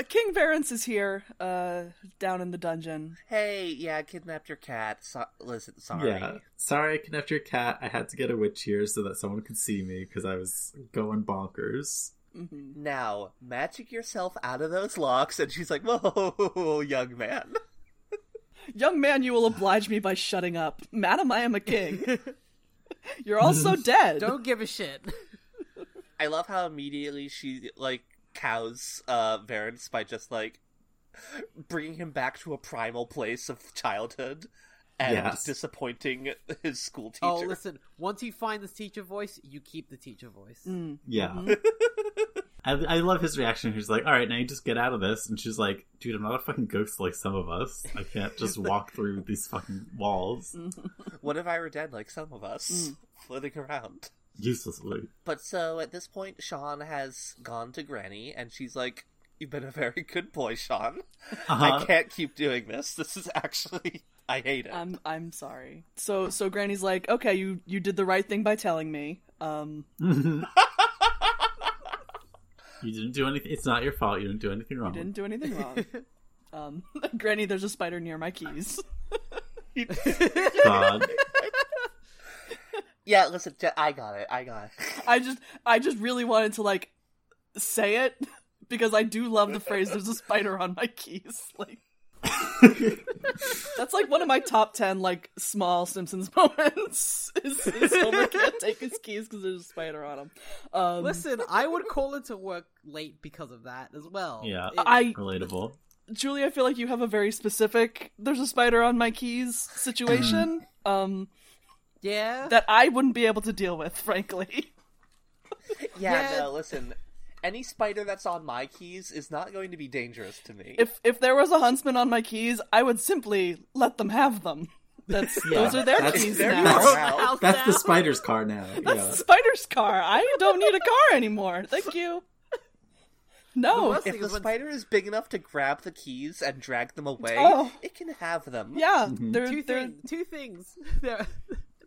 B: king Varence is here uh down in the dungeon
A: Hey, yeah, I kidnapped your cat. So- listen, sorry.
C: Yeah. Sorry, I can after your cat. I had to get a witch here so that someone could see me because I was going bonkers.
B: hmm
A: Now, magic yourself out of those locks. And she's like, whoa, young man.
B: young man you will oblige me by shutting up madam i am a king you're also dead
D: don't give a shit.
A: I love how immediately she, like, cows uh, Varence by just, like, bringing him back to a primal place of childhood and
C: Yes.
A: disappointing his school teacher.
D: oh, listen. Once you find this teacher voice, you keep the teacher voice.
B: Mm.
C: Yeah. I, I love his reaction. He's like, all right, now you just get out of this. And she's like, dude, I'm not a fucking ghost like some of us. I can't just walk through these fucking walls
A: What if I were dead like some of
D: Mm.
A: us, floating around?
C: uselessly.
A: But so at this point, Sean has gone to Granny, and she's like, You've been a very good boy, Sean. I
C: Uh-huh.
A: can't keep doing this. This is actually. I hate it.
B: I'm I'm sorry. So so Granny's like, okay, you you did the right thing by telling me. Um,
C: You didn't do anything. It's not your fault. You didn't do anything wrong.
B: didn't do anything wrong. um, Granny, there's a spider near my keys.
C: God.
A: yeah, listen, Je- I got it. I got it.
B: I just I just really wanted to like say it because I do love the phrase "there's a spider on my keys." Like That's like one of my top ten like small Simpsons moments. Is, is Homer can't take his keys because there's a spider on him. Um,
D: Listen, I would call into work late because of that as well.
C: Yeah.
D: It-
B: I
C: Relatable.
B: Julie, I feel like you have a very specific "there's a spider on my keys" situation um,
D: yeah.
B: that I wouldn't be able to deal with, frankly.
A: Yeah,
D: Yeah.
A: no, listen. Any spider that's on my keys is not going to be dangerous to me.
B: If if there was a huntsman on my keys, I would simply let them have them. That's
C: Yeah,
B: those are their
C: that's-
B: keys
A: they're
B: now.
A: not-
D: Throw the
A: Wow.
D: house
C: That's the
D: down.
C: spider's car now. Yeah.
B: Spider's car. I don't need a car anymore. Thank you. No.
D: The worst-
A: If the
D: Because when-
A: spider is big enough to grab the keys and drag them away,
B: Oh.
A: it can have them.
B: Yeah.
C: Mm-hmm.
B: They're,
D: two,
B: they're,
D: thing, two things. They're-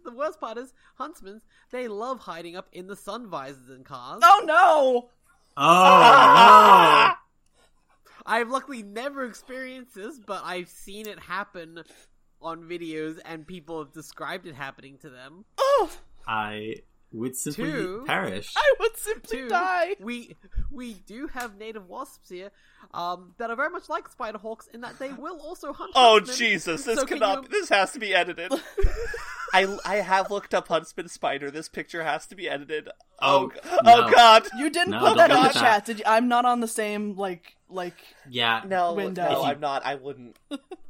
D: the worst part is huntsmen. They love hiding up in the sun visors in cars.
B: oh no.
C: Oh no!
D: I've luckily never experienced this, but I've seen it happen on videos, and people have described it happening to them.
B: Oh,
C: I would simply
D: Two.
C: perish.
B: I would simply
D: Two,
B: die.
D: we we do have native wasps here um, that are very much like spider hawks in that they will also hunt.
A: Oh
D: huntsmen.
A: Jesus! This
D: So can
A: cannot.
D: you-
A: This has to be edited. I I have looked up huntsman spider. This picture has to be edited. Oh
C: Oh,
A: g- oh
C: no.
A: God!
B: You didn't
C: No,
B: put
C: don't
B: that
C: look
B: in the
C: at that.
B: chat. Did you? I'm not on the same like like
C: Yeah.
A: No,
B: Window.
A: no,
B: If you-
A: I'm not. I wouldn't.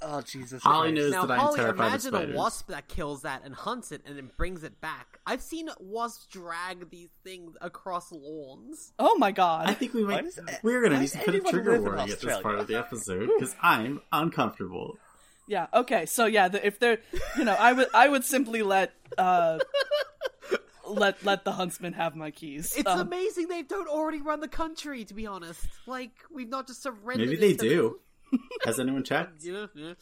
A: Oh Jesus!
C: Holly
A: Christ.
C: knows-
D: Now,
C: that I'm
D: Polly,
C: terrified of
D: imagine a
C: spiders.
D: wasp that kills that and hunts it and then brings it back. I've seen wasps drag these things across lawns.
B: Oh my god.
C: I think we
A: Why
C: might.
A: does a-
C: we're gonna
A: why
C: need
A: does
C: to put a
A: anyone
C: trigger
A: live in
C: warning at this part
A: Australia?
C: of the episode because I'm uncomfortable.
B: Yeah. Okay. So yeah, the, if they're, you know, I would I would simply let uh let let the huntsman have my keys.
D: It's
B: Um,
D: amazing they don't already run the country, to be honest. Like, we've not just surrendered.
C: Maybe
D: it
C: they
D: to
C: do. Has anyone
D: them.
C: checked?
D: Yeah, yeah.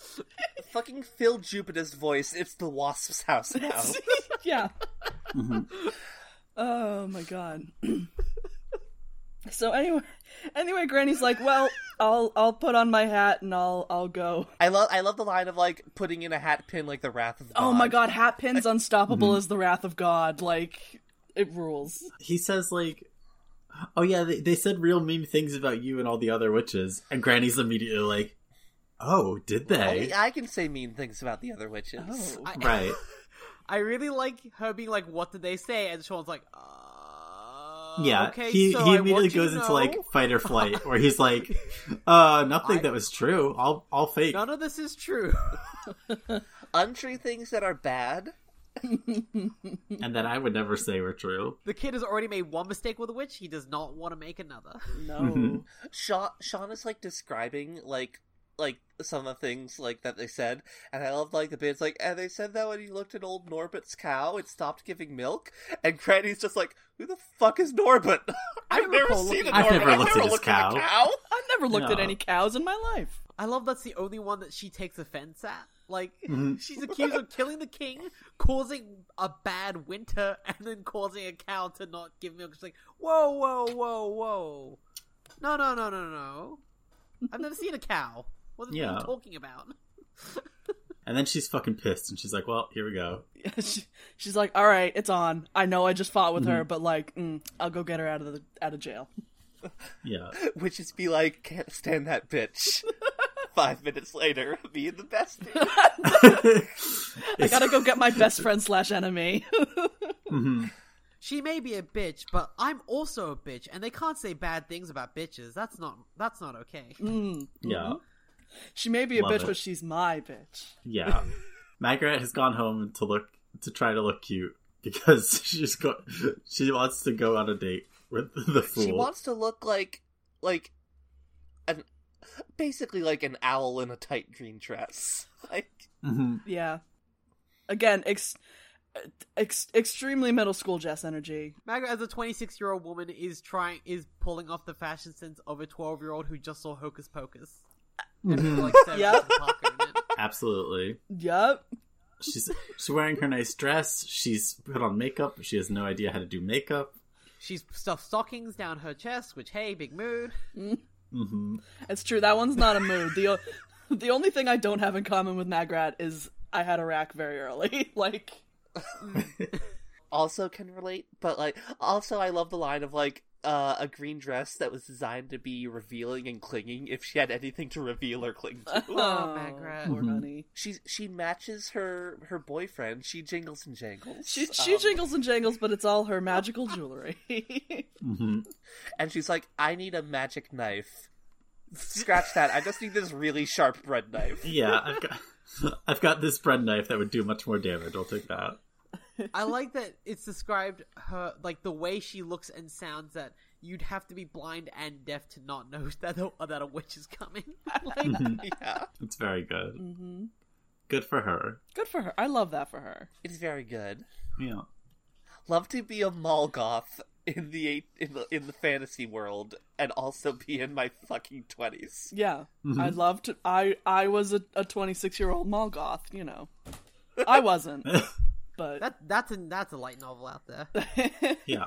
A: fucking Phil Jupiter's voice. It's the wasp's house now.
B: yeah.
C: Mm-hmm.
B: Oh my god. so anyway, anyway, Granny's like, well, I'll I'll put on my hat and I'll I'll go.
A: I love I love the line of like putting in a hat pin like the wrath of God.
B: Oh my god, hat pins
C: Mm-hmm.
B: unstoppable as the wrath of God. Like it rules.
C: He says like, "Oh yeah, they, they said real mean things about you and all the other witches." And Granny's immediately like, "Oh, did they?"
A: Only I can say mean things about the other witches.
B: Oh.
D: I,
C: Right.
D: I really like her being like, what did they say? And Sean's like, uh.
C: Yeah,
D: okay,
C: he,
D: so I
C: he
D: want
C: immediately
D: you to
C: goes into like
D: know
C: fight or flight, where he's like, "Uh, nothing
D: I-
C: that was true. I'll I'll fake."
D: None of this is true.
A: Untrue things that are bad.
C: and that I would never say were true.
D: the kid has already made one mistake with a witch. He does not want to make another.
C: Mm-hmm.
B: No.
A: Sean Sean is like describing like like some of the things like that they said, and I love like the bits like and they said that when he looked at old Norbert's cow, it stopped giving milk, and Granny's just like, who the fuck is Norbert? I've never
D: recall
A: seen a
D: looking-
A: Norbert.
C: I've never looked at his
A: a
C: cow.
A: cow.
B: I've never looked at
C: No.
B: any cows in my life.
D: I love that's the only one that she takes offense at. Like
C: Mm-hmm.
D: she's accused of killing the king, causing a bad winter, and then causing a cow to not give milk. She's like, whoa, whoa, whoa, whoa! No, no, no, no, no! I've never seen a cow. What are
C: Yeah.
D: you talking about?
C: And then she's fucking pissed, and she's like, "Well, here we go."
B: she, she's like, "All right, it's on. I know I just fought with
C: Mm-hmm.
B: her, but like, mm, I'll go get her out of the out of jail."
C: Yeah,
A: Witches be like, can't stand that bitch. Five minutes later, me and the bestie.
B: I gotta go get my best friend slash enemy.
D: She may be a bitch, but I'm also a bitch, and they can't say bad things about bitches. That's not that's not okay.
C: yeah,
B: she may be a
C: Love
B: bitch,
C: it.
B: but she's my bitch.
C: yeah. Margaret has gone home to look to try to look cute because she's go- she wants to go on a date with the fool.
A: She wants to look like like an basically like an owl in a tight green dress. Like
C: Mhm.
B: Yeah. Again, ex- ex- extremely middle school Jess energy.
D: Margaret, as a 26 year old woman, is trying is pulling off the fashion sense of a 12 year old who just saw Hocus Pocus. And like Sarah
B: Yep.
D: Jessica Parker in it.
C: Absolutely.
B: Yup.
C: She's she's wearing her nice dress. She's put on makeup. She has no idea how to do makeup.
D: She's stuffed stockings down her chest, which hey, big mood.
C: hmm
B: It's true. That one's not a mood. The o- the only thing I don't have in common with Magrat is I had a rack very early. like,
A: also can relate, but like also I love the line of like uh, a green dress that was designed to be revealing and clinging if she had anything to reveal or cling to.
D: Oh, Magrat.
B: Poor
C: Mhm.
B: honey.
A: she she matches her her boyfriend. She jingles and jangles.
B: She she
A: um,
B: jingles and jangles, but it's all her magical jewelry.
C: Mhm.
A: and she's like, "I need a magic knife." Scratch that. I just need this really sharp bread knife.
C: Yeah, I've got, I've got this bread knife that would do much more damage. I'll take that.
D: I like that it's described her like the way she looks and sounds that you'd have to be blind and deaf to not know that a, that a witch is coming. I like
A: Mm-hmm.
C: Mhm.
A: Yeah,
C: it's very good.
A: Mm-hmm.
B: hmm
C: Good for her.
B: Good for her. I love that for her.
A: it's very good.
C: Yeah.
A: Love to be a Molgoth in the eight- in the in the fantasy world, and also be in my fucking twenties.
B: Yeah,
C: Mhm.
B: I loved. I I was a a 26 year old Molgoth. You know, I wasn't, but
D: that. That's a that's a light novel out there.
C: Yeah.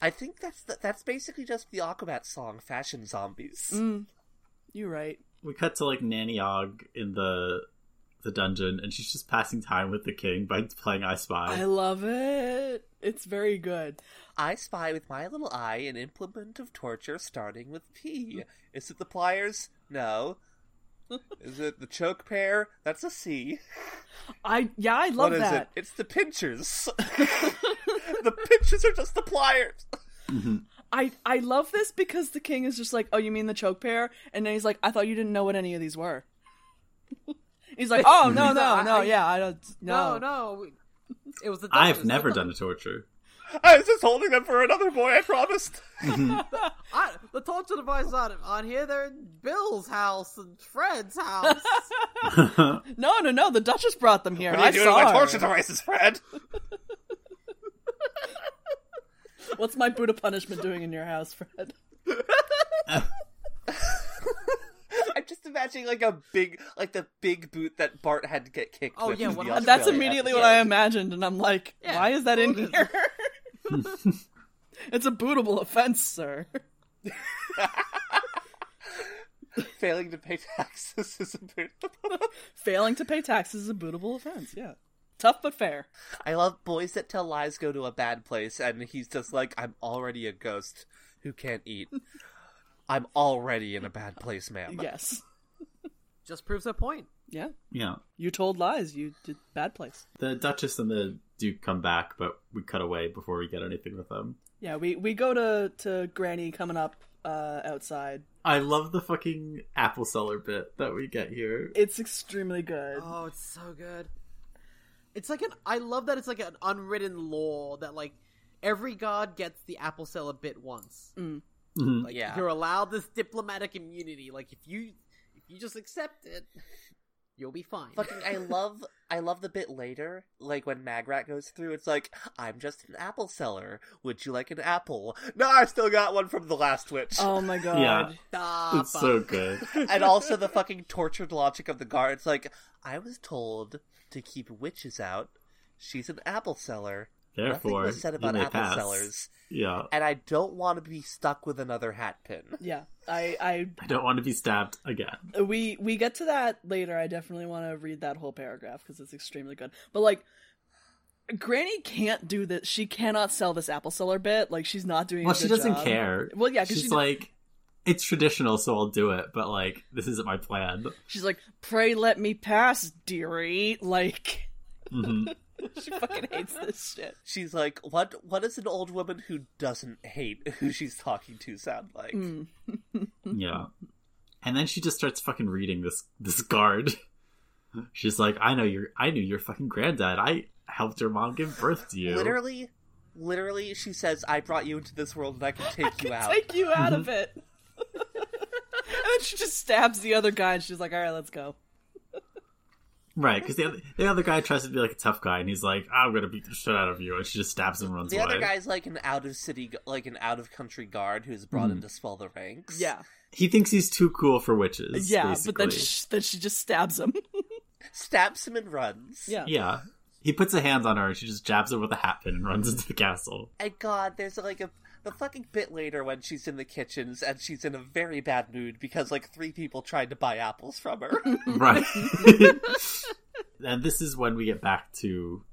A: I think that's the, that's basically just the Aquabat song, "Fashion Zombies."
B: mm, you're right.
C: we cut to like Nanny Og in the the dungeon, and she's just passing time with the king by playing I Spy.
B: I love it. It's very good.
A: I spy with my little eye an implement of torture starting with P. Is it the pliers? No. Is it the choke pair? That's a C.
B: I yeah, I love
A: what is
B: that.
A: it? It's the pinchers. the pinchers are just the pliers.
C: Mhm.
B: I I love this because the king is just like, oh, you mean the choke pair? And then he's like, I thought you didn't know what any of these were. he's like, oh no no
D: I-
B: no
D: I-
B: yeah I don't
D: No,
B: no
D: no, it was. The
C: I've
D: Duchess.
C: never done a torture.
A: I was just holding them for another boy, I promised.
D: I, the torture devices aren't on here. They're in Bill's house and Fred's house.
B: no no no the Duchess brought them here.
A: What are
B: I
A: you doing with
B: saw
A: my
B: her.
A: torture devices, Fred?
B: What's my Buddha punishment doing in your house, Fred?
A: I'm just imagining like a big, like the big boot that Bart had to get kicked
D: Oh,
A: with.
D: yeah,
A: in the
D: 100%.
B: That's
A: Australia
B: immediately what
A: episode.
B: I imagined, and I'm like,
D: Yeah.
B: why is that in
D: Well, it
B: here? it's a bootable offense, sir.
A: Failing to pay taxes is a boot.
B: Failing to pay taxes is a bootable offense. Yeah, tough but fair.
A: I love boys that tell lies go to a bad place, and he's just like, I'm already a ghost who can't eat. I'm already in a bad place, ma'am.
B: Yes.
D: Just proves her point.
B: Yeah.
C: yeah.
B: You told lies. You did bad place.
C: The Duchess and the Duke come back, but we cut away before we get anything with them.
B: Yeah, we we go to to Granny coming up uh outside.
C: I love the fucking apple seller bit that we get here.
B: It's extremely good.
D: Oh, it's so good. It's like an. I love that it's like an unwritten law that like every god gets the apple seller bit once.
C: Mhm.
D: Like
A: Yeah.
D: you're allowed this diplomatic immunity. Like if you if you just accept it, you'll be fine.
A: Fucking, I love, I love the bit later, like when Magrat goes through. It's like, I'm just an apple seller. Would you like an apple? No, I still got one from the last witch.
B: Oh my god.
C: Yeah.
D: Stop.
C: It's so good.
A: and also the fucking tortured logic of the guards. Like, I was told to keep witches out. She's an apple seller.
C: Therefore,
A: Nothing was said about
C: you may
A: apple
C: pass.
A: sellers.
C: Yeah.
A: and I don't want to be stuck with another hat pin.
B: Yeah. I
C: I don't want to be stabbed again.
B: I we we get to that later. I definitely want to read that whole paragraph cuz it's extremely good. But like Granny can't do this. She cannot sell this apple seller bit. Like she's not doing a
C: Well, she
B: good
C: doesn't
B: job.
C: care.
B: Well, yeah, cuz
C: She's
B: she
C: like, it's traditional, so I'll do it, but like, this isn't my plan.
B: she's like, "Pray let me pass, dearie." Like
C: hmm
B: she fucking hates this shit.
A: She's like, "What? What does an old woman who doesn't hate who she's talking to sound like?"
B: Mm.
C: yeah. And then she just starts fucking reading this this guard. She's like, I know your I knew your fucking granddad. I helped your mom give birth to you.
A: Literally, literally, she says, "I brought you into this world, and I can take you out."
B: take you out
C: Mm-hmm.
B: of it. and then she just stabs the other guy, and she's like, "All right, let's go."
C: Right, because the other, the other guy tries to be like a tough guy, and he's like, I'm gonna beat the shit out of you, and she just stabs him and runs
A: The
C: away.
A: other guy's like an out of city, like an out of country guard who's brought in to swell the ranks.
B: Yeah,
C: He thinks he's too cool for witches.
B: yeah, but
C: basically.
B: then she, then she just stabs him.
A: stabs him and runs.
B: yeah.
C: Yeah. He puts a hand on her and she just jabs him with a hat pin and runs into the castle.
A: And God, there's like a the fucking bit later when she's in the kitchens and she's in a very bad mood because like three people tried to buy apples from her.
C: Right. and this is when we get back to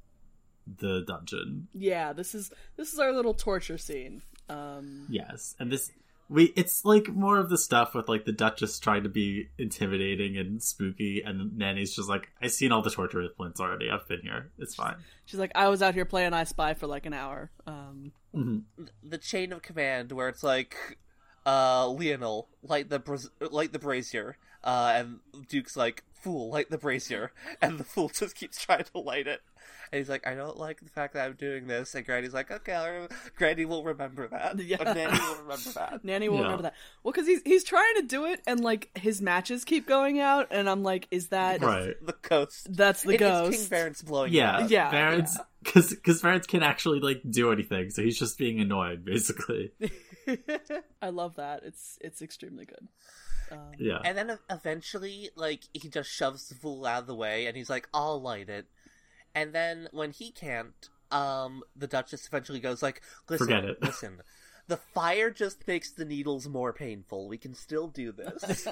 C: the dungeon.
B: yeah. This is this is our little torture scene. Um,
C: Yes, and this we it's like more of the stuff with like the Duchess trying to be intimidating and spooky, and Nanny's just like, I've seen all the torture implements already. I've been here. It's fine.
B: she's like, I was out here playing I Spy for like an hour. Um,
C: Mhm.
A: the chain of command where it's like uh Lionel light the braz- light the brazier uh and Duke's like fool light the brazier and the fool just keeps trying to light it and he's like I don't like the fact that I'm doing this and Granny's like okay I'll rem- Granny will remember that
B: Yeah.
A: or Nanny will remember that
B: Nanny will
C: Yeah.
B: remember that. Well, because he's he's trying to do it, and like his matches keep going out, and I'm like, is that
C: Right.
A: the ghost
B: that's the
A: It-
B: ghost?
A: it's King Baron's blowing
C: Yeah.
A: it up.
B: Yeah,
C: Barrett's because because Barrett's can actually like do anything, so he's just being annoyed, basically.
B: I love that. It's it's extremely good. Um,
C: Yeah.
A: and then e- eventually like he just shoves the fool out of the way and he's like I'll light it and then when he can't um the Duchess eventually goes like listen
C: Forget it.
A: listen, the fire just makes the needles more painful. We can still do this.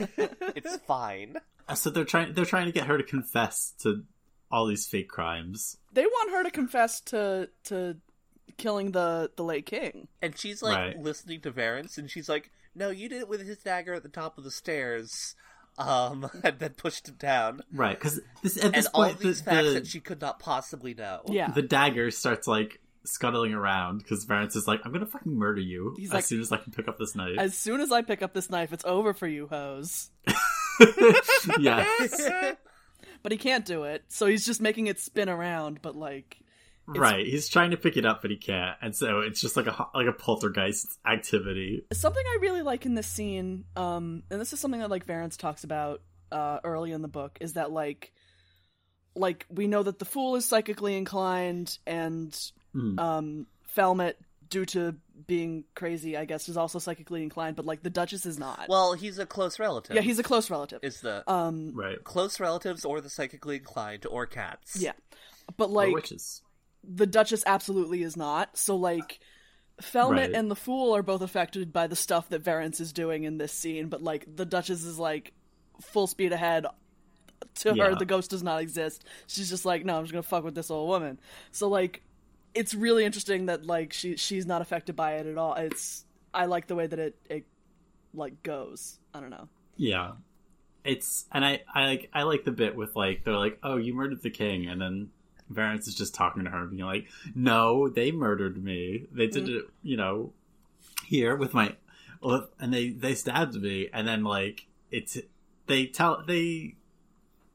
A: it's fine.
C: Uh, So they're trying they're trying to get her to confess to all these fake crimes.
B: They want her to confess to to killing the the late king.
A: And she's like
C: Right.
A: listening to Varence, and she's like, "No, you did it with his dagger at the top of the stairs, um, and then pushed him down."
C: Right, because this at this
A: and all
C: point the,
A: these facts
C: the-
A: that she could not possibly know.
B: Yeah.
C: the dagger starts like scuttling around because Varence is like, "I'm gonna fucking murder you
B: He's
C: as
B: like-
C: soon as I can pick up this knife."
B: as soon as I pick up this knife, it's over for you, hoes.
C: yes,
B: But he can't do it, so he's just making it spin around. But like,
C: right. He's trying to pick it up, but he can't, and so it's just like a ho- like a poltergeist activity.
B: something I really like in this scene, um, and this is something that like Varence talks about uh, early in the book, is that like, like we know that the fool is psychically inclined, and
C: Mm.
B: um, Falmet, due to being crazy, I guess, is also psychically inclined. But like, the Duchess is not.
A: Well, he's a close relative.
B: yeah, he's a close relative.
A: is the
B: Um,
C: Right,
A: close relatives or the psychically inclined or cats.
B: yeah, but
C: like,
B: like,
C: witches.
B: the Duchess absolutely is not. So like Felmet
C: Right.
B: and the Fool are both affected by the stuff that Varence is doing in this scene, but like the Duchess is like full speed ahead. To her,
C: Yeah.
B: the ghost does not exist. She's just like, no, I'm just gonna fuck with this old woman. So like, it's really interesting that like she she's not affected by it at all. It's I like the way that it it like goes. I don't know.
C: Yeah, it's and I I like I like the bit with like they're like, "Oh, you murdered the king," and then. Varence is just talking to her and being like, "No, they murdered me. They did it, you know, here with my with- and they they stabbed me and then like it's they tell they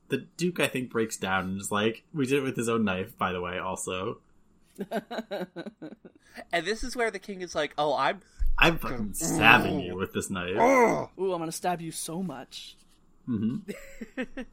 C: the duke i think breaks down and is like we did it with his own knife by the way also
A: And this is where the king is like, "Oh, I'm
C: i'm fucking stabbing you with this knife
A: Ugh!
B: Ooh, I'm gonna stab you so much.
C: hmm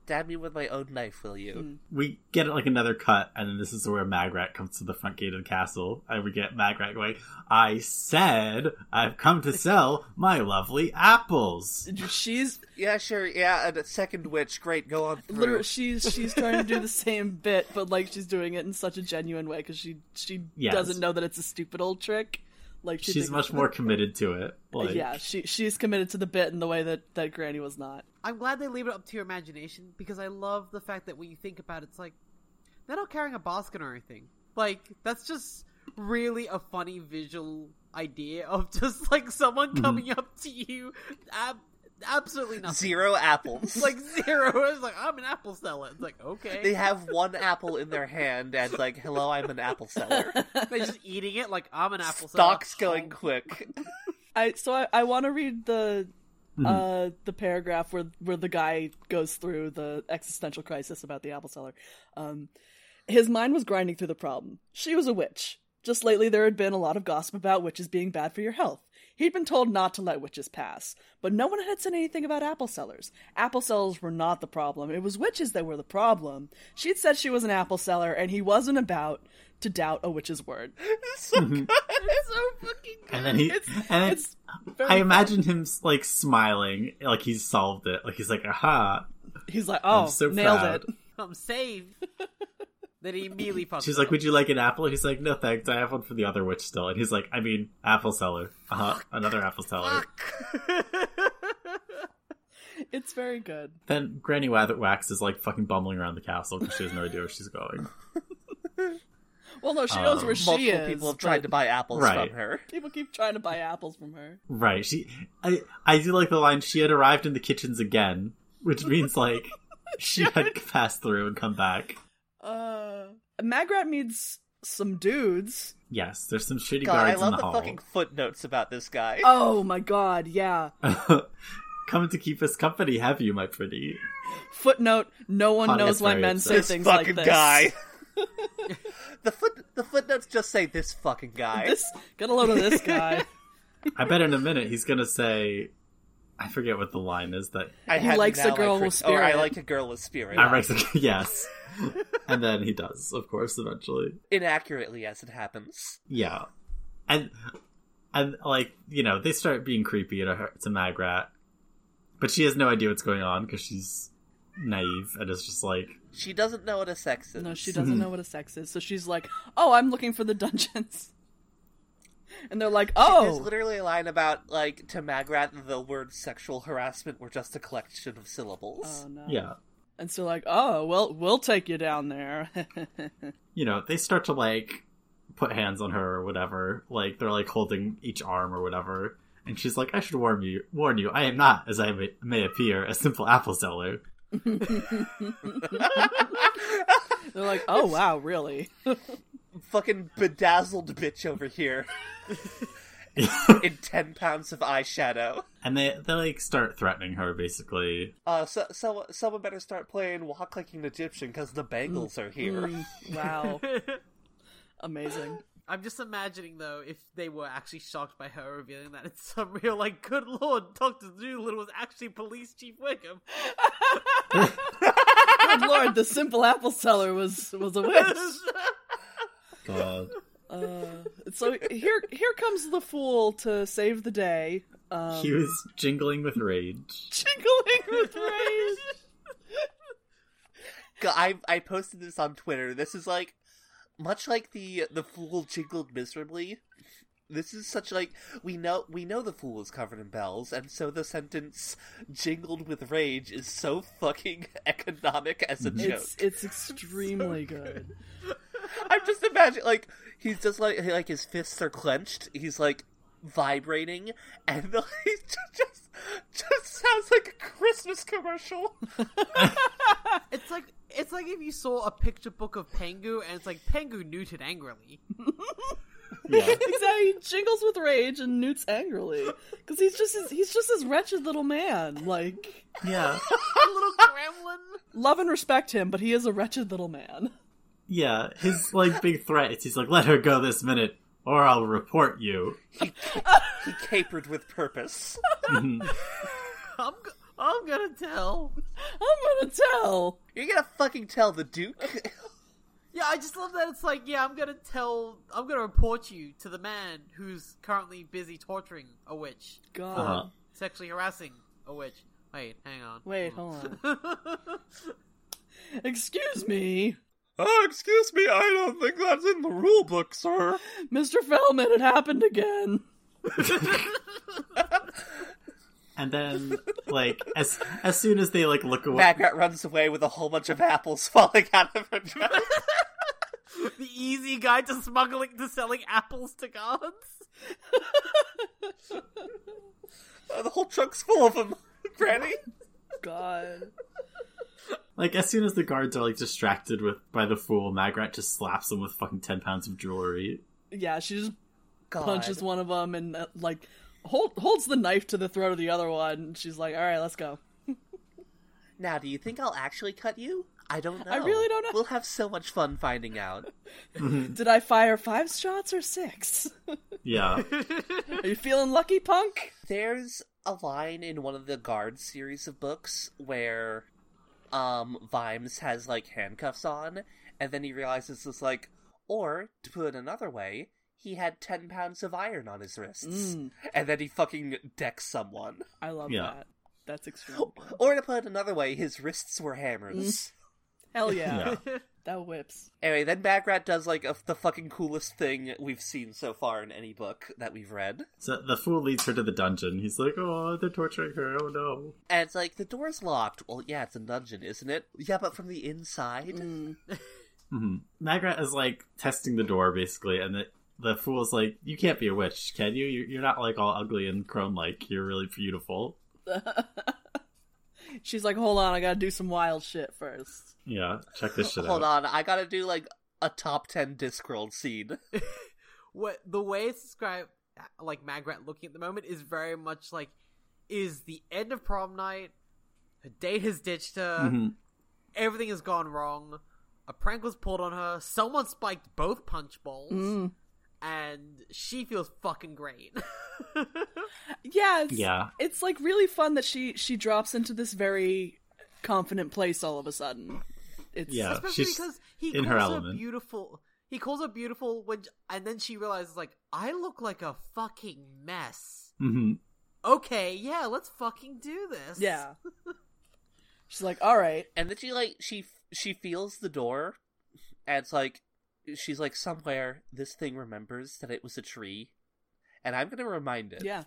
A: stab me with my own knife, will you?"
C: we get like another cut and then this is where magrat comes to the front gate of the castle and we get magrat going i said i've come to sell my lovely apples
B: She's
A: Yeah, sure. Yeah, and a second witch. Great, go on through.
B: Literally, she's she's trying to do the same bit, but like she's doing it in such a genuine way because she she
C: Yes.
B: doesn't know that it's a stupid old trick. Like she
C: she's
B: thinks-
C: much more committed to it like
B: yeah, she she's committed to the bit in the way that that Granny was not.
D: I'm glad they leave it up to your imagination because I love the fact that when you think about it, it's like they're not carrying a basket or anything. Like that's just really a funny visual idea of just like someone coming up to you, ab- absolutely nothing,
A: Zero apples.
D: like zero. It's like I'm an apple seller. It's like okay,
A: they have one apple in their hand and like, "Hello, I'm an apple seller."
D: they're just eating it. Like I'm an apple seller.
B: Oh.
A: Stock's going quick.
B: I so I, I want to read the
C: Mm-hmm.
B: uh the paragraph where where the guy goes through the existential crisis about the apple seller. Um, his mind was grinding through the problem. She was a witch. Just lately, there had been a lot of gossip about witches being bad for your health. He'd been told not to let witches pass, but no one had said anything about apple sellers. Apple sellers were not the problem; it was witches that were the problem. She'd said she was an apple seller, and he wasn't about to doubt a witch's word. Mm-hmm.
D: It's so fucking. Good.
C: and then he
B: It's-
C: and then
B: it's very
C: I imagine him like smiling, like he's solved it. Like he's like, aha.
B: He's like, "Oh,
C: I'm so
B: nailed
C: proud.
B: it."
D: I'm saved. then he immediately fucks.
C: She's
D: it
C: like,
D: up.
C: would you like an apple? He's like, no thanks, I have one for the other witch still. And he's like, I mean, apple seller. Uh huh, another apple seller.
B: It's very good.
C: Then Granny Wabbit Wax is like fucking bumbling around the castle because she has no idea where she's going.
B: Well, no, she knows
C: Um,
B: where she
A: Multiple
B: is.
A: people have
B: but
A: tried to buy apples
C: Right.
A: from her.
B: People keep trying to buy apples from her.
C: Right. She I I do like the line she had arrived in the kitchens again, which means like she had passed through and come back.
B: Uh, Magrat meets some dudes.
C: Yes, there's some shitty
A: God, I
C: guards in
A: love
C: the,
A: the,
C: hall.
A: fucking footnotes about this guy.
B: Oh my god, yeah.
C: Come to keep us company, have you, my pretty?
B: Footnote: No one
C: Honey,
B: knows
C: that's
B: why
C: very
B: men say
C: upsetting.
A: this
B: things
A: fucking
B: like this.
A: guy. the foot the footnotes just say this fucking guy.
B: This get a load of this guy.
C: I bet in a minute he's gonna say I forget what the line is that
A: I
B: He
A: had
B: likes
A: now
B: a girl
A: I crit-
B: with
A: Or I
B: spirit.
A: like a girl with spirit.
C: I reckon yes. and then he does, of course, eventually.
A: Inaccurately as it happens.
C: Yeah. And and like, you know, they start being creepy to her to Magrat. But she has no idea what's going on because she's naive and is just like
A: She doesn't know what a sex is.
B: no, she doesn't know what a sex is, so she's like, "Oh, I'm looking for the dungeons." And they're like,
A: There's
B: "Oh,
A: literally a line about like to Magrat the word sexual harassment were just a collection of syllables.
B: oh no."
C: Yeah.
B: And so like, "Oh, well, we'll take you down there."
C: You know, they start to like put hands on her or whatever. Like they're like holding each arm or whatever. And she's like, I should warn you warn you, I am not, as I may, may appear, a simple apple seller.
B: they're like, "Oh, wow, really?"
A: Fucking bedazzled bitch over here. In ten pounds of eyeshadow.
C: And they they like start threatening her basically.
A: Uh, so, so someone better start playing Walk Like an Egyptian because the Bangles are here.
B: Mm, wow. Amazing.
D: I'm just imagining though if they were actually shocked by her revealing that it's some real like, good lord, Doctor Doolittle was actually Police Chief Wickham.
B: Good lord, the simple apple seller was was a witch.
C: God.
B: Uh, so here here comes the fool to save the day. Um,
C: he was jingling with rage.
B: jingling with rage.
A: G- I I posted this on Twitter. This is like much like the the fool jingled miserably. This is such like we know we know the fool is covered in bells, and so the sentence "jingled with rage" is so fucking economic as a joke.
B: It's it's extremely good.
A: I'm just imagining like he's just like like his fists are clenched. He's like vibrating, and the, he just just sounds like a Christmas commercial.
D: It's like it's like if you saw a picture book of Pengu and it's like Pengu neutered angrily.
C: Yeah.
B: Exactly, he jingles with rage and newts angrily because he's just his, he's just this wretched little man. Like
C: yeah.
D: A little gremlin.
B: love and respect him, but he is a wretched little man.
C: Yeah. His like big threat is he's like, let her go this minute, or I'll report you.
A: He, he capered with purpose.
D: I'm g- I'm gonna tell.
B: I'm gonna tell.
A: You're gonna fucking tell the Duke.
D: Yeah, I just love that it's like, yeah, I'm gonna tell, I'm gonna report you to the man who's currently busy torturing a witch,
B: God,
C: Uh-huh.
D: sexually harassing a witch. Wait, hang on.
B: wait, hold on. Excuse me,
A: Oh, excuse me, I don't think that's in the rule book, sir.
B: Mr. Fellman. It happened again.
C: And then like as as soon as they like look away
A: Magrat runs away with a whole bunch of apples falling out of her dress.
D: The easy guide to smuggling to selling apples to guards.
A: Uh, the whole trunk's full of them. Granny?
B: God.
C: like as soon as the guards are like distracted with by the fool, Magrat just slaps them with fucking ten pounds of jewelry.
B: Yeah, she just
A: God.
B: punches one of them and uh, like hold, holds the knife to the throat of the other one. And she's like, "All right, let's go."
A: Now, do you think I'll actually cut you? I don't know.
B: I really don't know.
A: We'll have so much fun finding out.
B: Did I fire five shots or six?
C: Yeah.
B: Are you feeling lucky, punk?
A: There's a line in one of the Guard series of books where um Vimes has like handcuffs on, and then he realizes it's like, or to put it another way, he had ten pounds of iron on his wrists,
B: Mm.
A: and then he fucking decks someone.
B: I love
C: Yeah.
B: that. That's extremely good.
A: Or to put it another way, his wrists were hammers.
B: Hell yeah.
C: Yeah.
B: That whips.
A: Anyway, then Bagrat does like a, the fucking coolest thing we've seen so far in any book that we've read.
C: So the fool leads her to the dungeon. He's like, Oh, they're torturing her, oh no.
A: And it's like, the door's locked. Well, yeah, it's a dungeon, isn't it? Yeah, but from the inside?
C: hmm Magrat is like testing the door basically, and the the fool's like, "You can't be a witch, can you? You're, you're not like all ugly and crone like. You're really beautiful."
B: She's like, hold on, I gotta do some wild shit first.
C: Yeah, check this shit
A: Hold on,
C: out.
A: I gotta do like a top ten Discworld scene.
D: what the way it's described, like Magrat looking at the moment, is very much like is the end of prom night. Her date has ditched her.
C: Mhm.
D: Everything has gone wrong. A prank was pulled on her. Someone spiked both punch bowls,
B: Mm.
D: and she feels fucking great.
B: Yeah, it's,
C: Yeah,
B: it's like really fun that she she drops into this very confident place all of a sudden. It's
C: Yeah.
D: Especially
C: she's
D: because he
C: in her
D: calls her
C: element.
D: beautiful. He calls her beautiful when, and then she realizes like I look like a fucking mess.
C: hmm
D: Okay, yeah, let's fucking do this.
B: yeah. She's like, all right,
A: and then she like she she feels the door and it's like she's like somewhere this thing remembers that it was a tree and i'm gonna remind it
B: yeah.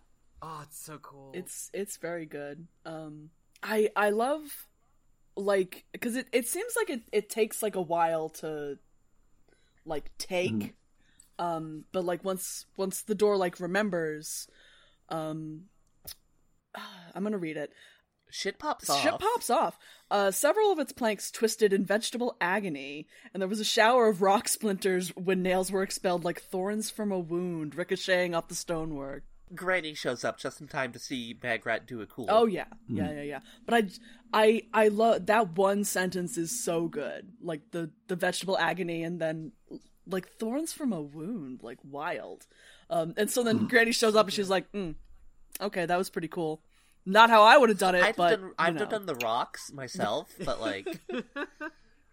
D: Oh, it's so cool.
B: It's it's very good. Um, I I love like because it it seems like it it takes like a while to like take,
C: Mhm.
B: um, but like once once the door like remembers, um, I'm gonna read it.
A: shit pops off
B: Shit pops off. Uh, several of its planks twisted in vegetable agony, and there was a shower of rock splinters when nails were expelled like thorns from a wound, ricocheting off the stonework.
A: granny shows up just in time to see magrat do a cool
B: Oh yeah, yeah, yeah, yeah. But I, I, I love that one sentence is so good. Like the the vegetable agony, and then like thorns from a wound, like wild. Um, and so then Granny shows up and she's like, mm, "Okay, that was pretty cool. Not how I would have done it,
A: i've,
B: but
A: done,
B: you
A: I've
B: know.
A: done the rocks myself but like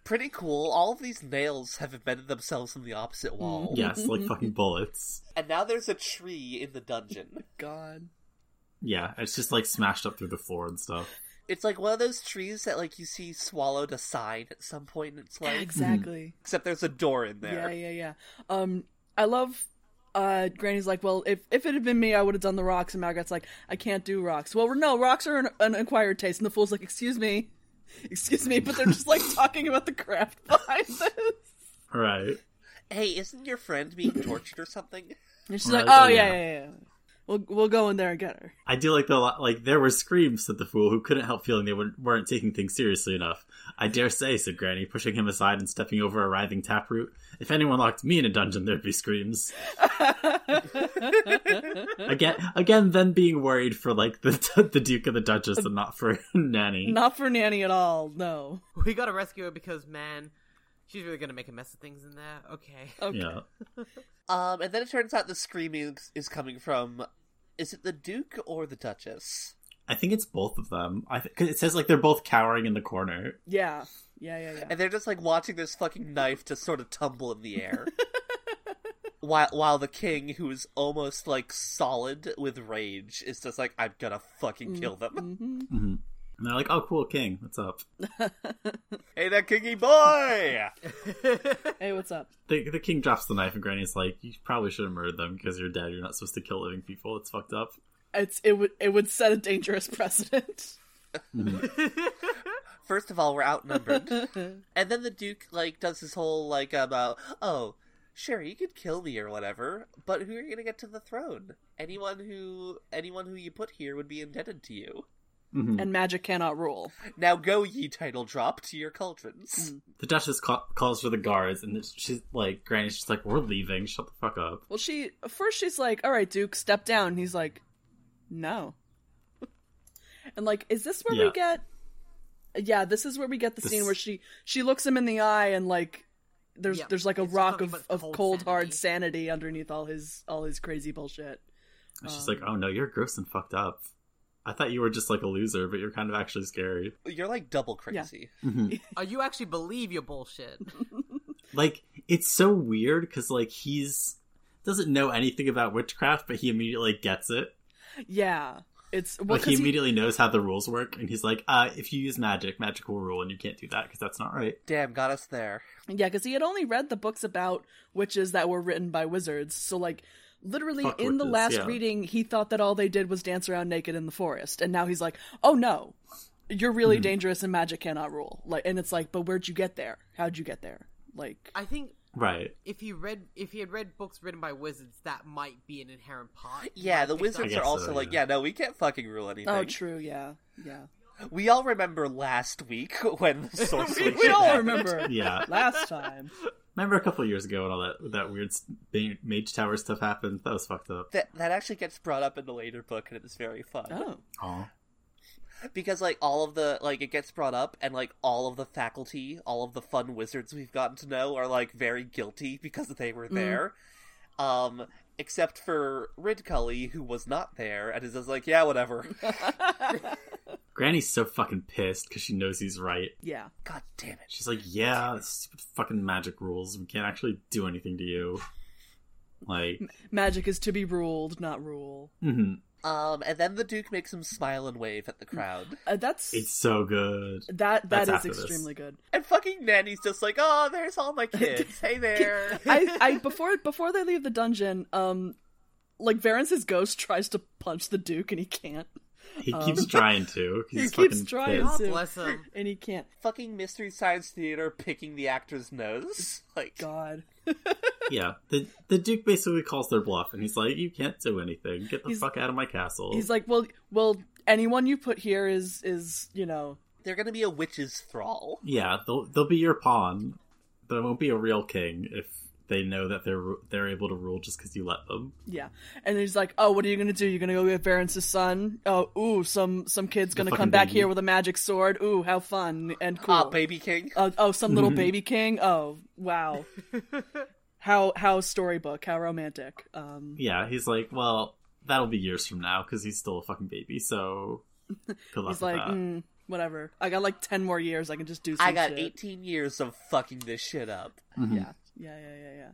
A: pretty cool all of these nails have embedded themselves in the opposite wall
C: Mm, Yes, like fucking bullets.
A: and now there's a tree in the dungeon
B: God."
C: Yeah, it's just like smashed up through the floor and stuff.
A: it's like one of those trees that like you see swallowed a sign at some point in its life
B: Exactly.
A: except there's a door in there
B: Yeah, yeah, yeah. Um, I love. Uh, Granny's like, well, if if it had been me, I would have done the rocks. And Margaret's like, I can't do rocks. Well, no, rocks are an, an acquired taste. And the fool's like, excuse me, excuse me, but they're just like talking about the craft behind this.
C: Right.
A: hey, isn't your friend being tortured or something?
B: And she's
C: Right,
B: like, oh
C: oh,
B: yeah,
C: yeah.
B: yeah, yeah. We'll we'll go in there and get her.
C: I do like the li- like. There were screams," said the fool, who couldn't help feeling they weren't- weren't taking things seriously enough. "I dare say," said Granny, pushing him aside and stepping over a writhing taproot. "If anyone locked me in a dungeon, there'd be screams." again, again, then being worried for like the the Duke of the Duchess and not for Nanny.
B: Not for nanny at all. No.
D: We gotta rescue her because, man, she's really gonna make a mess of things in there. Okay.
B: Okay.
C: Yeah,
A: Um, and then it turns out the screaming is coming from. Is it the Duke or the Duchess?
C: I think it's both of them. I th- 'cause it says like they're both cowering in the corner.
B: Yeah. Yeah. Yeah. Yeah.
A: And they're just like watching this fucking knife just sort of tumble in the air. while, while the king, who is almost like solid with rage, is just like, I'm gonna fucking kill them.
B: Mm-hmm.
C: And they're like, "Oh, cool, King, what's up?"
A: Hey, that kingy boy!
B: Hey, what's up?
C: The, the king drops the knife, and Granny's like, "You probably should have murdered them because you're dead. You're not supposed to kill living people. It's fucked up."
B: It's it would it would set a dangerous precedent.
A: First of all, we're outnumbered. and then the Duke like does his whole like um uh, oh, sure you could kill me or whatever, but who are you gonna get to the throne? Anyone who anyone who you put here would be indebted to you.
C: Mhm.
B: and magic cannot rule.
A: Now go ye title drop to your cauldrons.
B: Hmm.
C: The Duchess ca- calls for the guards, and it's- she's like, Granny's just like, we're leaving, shut the fuck up.
B: Well, she first she's like, "All right, Duke, step down." And he's like, "No." and like, is this where we
C: Yeah.
B: get? Yeah, this is where we get the
C: This-
B: scene where she she looks him in the eye and like, there's
D: Yep,
B: there's like a
D: it's
B: rock
D: nothing
B: of
D: but
B: of
D: cold
B: cold hard
D: sanity.
B: sanity underneath all his all his crazy bullshit.
C: And she's like, oh no, you're gross and fucked up. I thought you were just like a loser, but you're kind of actually scary.
A: You're like double crazy.
D: Are Uh, you actually believe your bullshit?
C: Like, it's so weird because, like, he's doesn't know anything about witchcraft, but he immediately gets it.
B: Yeah, it's well,
C: Like,
B: 'cause
C: he
B: he-
C: immediately knows how the rules work, and he's like, uh, if you use magic, magic will rule, and you can't do that because that's not right.
A: Damn, got us there.
B: Yeah, because he had only read the books about witches that were written by wizards. So, like, literally
C: Fuck
B: in the
C: witches,
B: last
C: yeah.
B: reading, he thought that all they did was dance around naked in the forest, and now he's like, "Oh no,
C: Hmm.
B: you're really dangerous, and magic cannot rule." Like, and it's like, but where'd you get there? How'd you get there? Like
D: I think
C: Right.
D: if he read if he had read books written by wizards, that might be an inherent part. He
A: Yeah,
D: might
A: the
D: pick up-
A: wizards
C: I
A: are
C: guess
A: also
C: so,
A: like,
C: yeah.
A: yeah, no, we can't fucking rule anything.
B: oh, true, yeah, yeah.
A: We all remember last week when the sorcery.
B: We
A: shit
B: all
A: happened.
B: remember
C: Yeah.
B: last time.
C: Remember a couple years ago when all that that weird s- ma- mage tower stuff happened? That was fucked up.
A: That, that actually gets brought up in the later book, and it's very fun.
B: Oh,
C: Oh.
A: because like all of the like it gets brought up and like all of the faculty all of the fun wizards we've gotten to know are like very guilty because they
B: Mm.
A: were there um except for rid cully who was not there and is just like yeah whatever
C: Granny's so fucking pissed because she knows he's right.
B: yeah.
A: god damn it
C: She's like, yeah, stupid fucking magic rules. We can't actually do anything to you. Like,
B: Magic is to be ruled, not rule.
C: mhm.
A: um and then the duke makes him smile and wave at the crowd
B: Uh, that's
C: it's so good.
B: that.
C: that's
B: That is
C: after this.
B: extremely good.
A: and fucking nanny's just like oh there's all my kids hey there
B: I, I before before they leave the dungeon, um, like Varence's ghost tries to punch the Duke and he can't,
C: He keeps trying to. He's
B: Um, he keeps
C: fucking
B: trying
C: pissed.
D: God
B: to.
D: bless him.
B: and he can't.
A: fucking mystery science theater picking the actor's nose like
B: God,
C: Yeah, the the Duke basically calls their bluff, and he's like, "You can't do anything. Get the
B: He's-
C: fuck out of my castle."
B: he's like, well, well, anyone you put here is is you know,
A: they're gonna be a witch's thrall
C: yeah, they'll they'll be your pawn. They won't be a real king if they know that they're ru- they're able to rule just because you let them.
B: yeah. And he's like, oh, what are you gonna do? You're gonna go get Varence's son? Oh, ooh, some some kid's gonna come
C: fucking
B: back
C: baby.
B: here with a magic sword. Ooh, how fun and cool.
A: ah baby king
B: Uh, oh, some
C: Mm-hmm.
B: little baby king. Oh, wow. how how storybook? How romantic? Um,
C: Yeah, he's like, "Well, that'll be years from now because he's still a fucking baby." So good luck
B: he's
C: with
B: like,
C: that.
B: mm, whatever. I got like ten more years. I can just do. Some
A: I got
B: shit.
A: 18 years of fucking this shit up.
C: Mhm.
B: Yeah, yeah, yeah, yeah, yeah.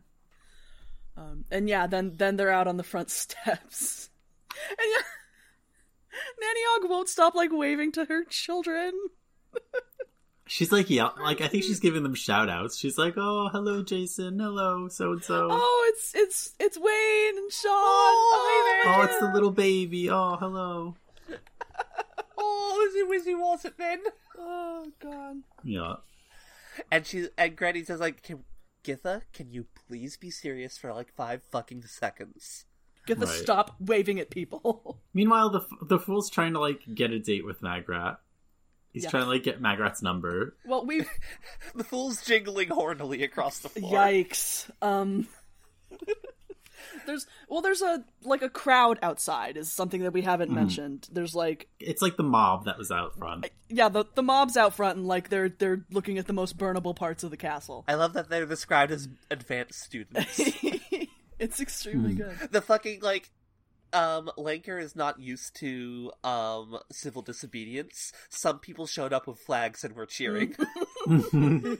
B: Um, and yeah, then then they're out on the front steps, and yeah, Nanny Og won't stop like waving to her children.
C: She's like, yeah, like I think she's giving them shout outs. She's like, "Oh, hello, Jason. Hello, so and so.
B: Oh, it's it's it's Wayne and Sean.
A: Oh, hey
B: Oh,
C: Oh, it's the little baby. Oh, hello."
A: Oh, Lizzie Wizzy was it then?
B: Oh God.
C: Yeah.
A: And she and Granny says like, can, "Githa, can you please be serious for like five fucking seconds?"
B: Get the
C: Right.
B: stop waving at people.
C: Meanwhile, the f- the fool's trying to like get a date with Magrat. He's
B: Yeah.
C: trying to like get Magrat's number.
B: well, we
A: The fool's jingling hornily across the floor.
B: Yikes. Um There's well there's a like a crowd outside is something that we
C: Mm-hmm.
B: haven't mentioned. There's like
C: It's like the mob that was out front.
B: yeah, the the mob's out front and like they're they're looking at the most burnable parts of the castle.
A: I love that they're described as advanced students.
B: it's extremely good.
A: the fucking like. Um, Lanker is not used to um civil disobedience. Some people showed up with flags and were cheering.
B: Mm-hmm.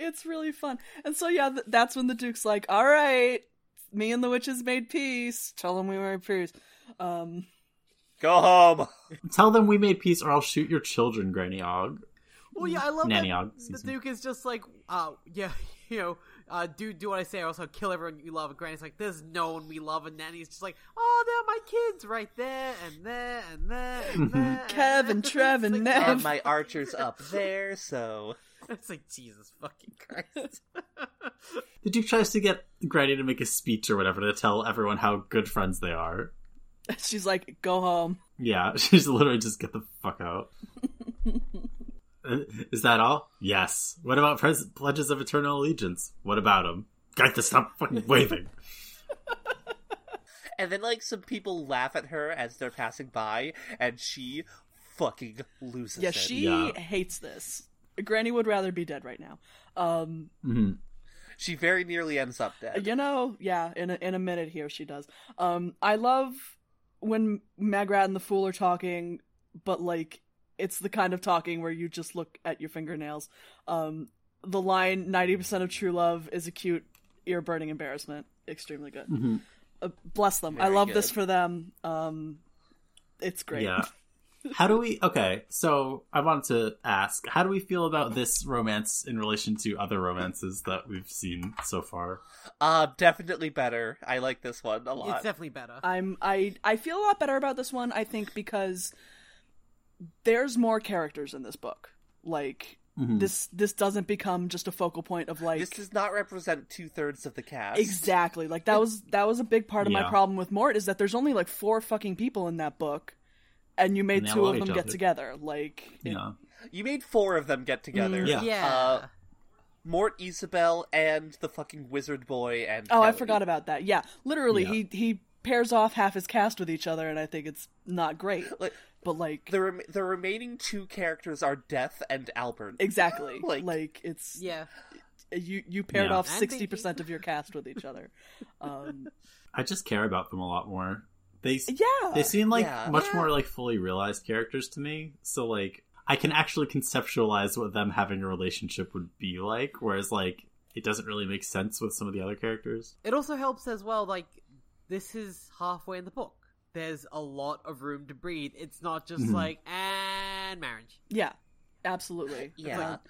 B: It's really fun. And so yeah, th- that's when the duke's like, "All right, me and the witches made peace. Tell them we were peace." Um
A: Go home.
C: Tell them we made peace, or I'll shoot your children, Granny Og.
D: Well, yeah, I love
C: Nanny
D: that
C: Og,
D: the
C: excuse me.
D: Duke is just like, uh, yeah, you know, uh, do do what I say, or else I'll kill everyone you love. And Granny's like, there's no one we love, and Nanny's just like, oh, they're my kids right there and there and there and there.
B: Kev and Trev and
D: It's like,
B: Nev.
A: and my archer's up there, so
D: It's like Jesus fucking Christ.
C: The Duke tries to get Granny to make a speech or whatever to tell everyone how good friends they are.
B: she's like, "Go home."
C: Yeah, she's literally just get the fuck out. Uh, Is that all? Yes. What about pres- pledges of eternal allegiance? What about them? Got to stop fucking waving.
A: And then, like, some people laugh at her as they're passing by, and she fucking loses
B: Yeah,
A: it.
B: she
C: Yeah.
B: hates this. Granny would rather be dead right now. Um,
C: Mhm.
A: She very nearly ends up dead.
B: you know, yeah, in a, in a minute here she does. Um, I love when Magrat and the Fool are talking, but like it's the kind of talking where you just look at your fingernails. Um, the line "90% of true love is acute, ear-burning embarrassment." Extremely good.
C: Mhm.
B: Uh, bless them. I
A: Very
B: love this
A: good.
B: for them. Um, it's great.
C: Yeah. How do we? Okay, so I wanted to ask, how do we feel about this romance in relation to other romances that we've seen so far?
A: Uh, definitely better. I like this one a
D: It's
A: lot. Uh,
D: definitely better.
B: I'm I I feel a lot better about this one. I think because there's more characters in this book. Like
C: Mhm.
B: This this doesn't become just a focal point of like
A: This does not represent two thirds of the cast.
B: Exactly. Like that was that was a big part of my
C: Yeah.
B: problem with Mort is that there's only like four fucking people in that book, and you made
C: And they
B: two
C: all
B: of
C: hate
B: them
C: each
B: get
C: other.
B: together. Like, it-
C: yeah.
A: You made four of them get together.
C: Mm, Yeah.
A: Uh, Mort, Isabel, and the fucking wizard boy, and
B: oh, I
A: Kelly.
B: forgot about that. Yeah, literally,
C: Yeah.
B: he he pairs off half his cast with each other, and I think it's not great.
A: Like,
B: But like,
A: the rem- the remaining two characters are Death and Albert.
B: exactly,
A: like-
B: like, it's
D: yeah.
B: you you paired
C: Yeah.
B: off
D: I'm thinking-
B: sixty percent of your cast with each other. Um,
C: I just care about them a lot more. They s-
B: yeah,
C: they seem like
A: Yeah.
C: much
A: Yeah.
C: more like fully realized characters to me. So like I can actually conceptualize what them having a relationship would be like, whereas like it doesn't really make sense with some of the other characters.
D: It also helps as well, like, this is halfway in the book. There's a lot of room to breathe. It's not just
C: Mhm.
D: like, and marriage.
B: yeah, absolutely.
A: Yeah.
B: Like,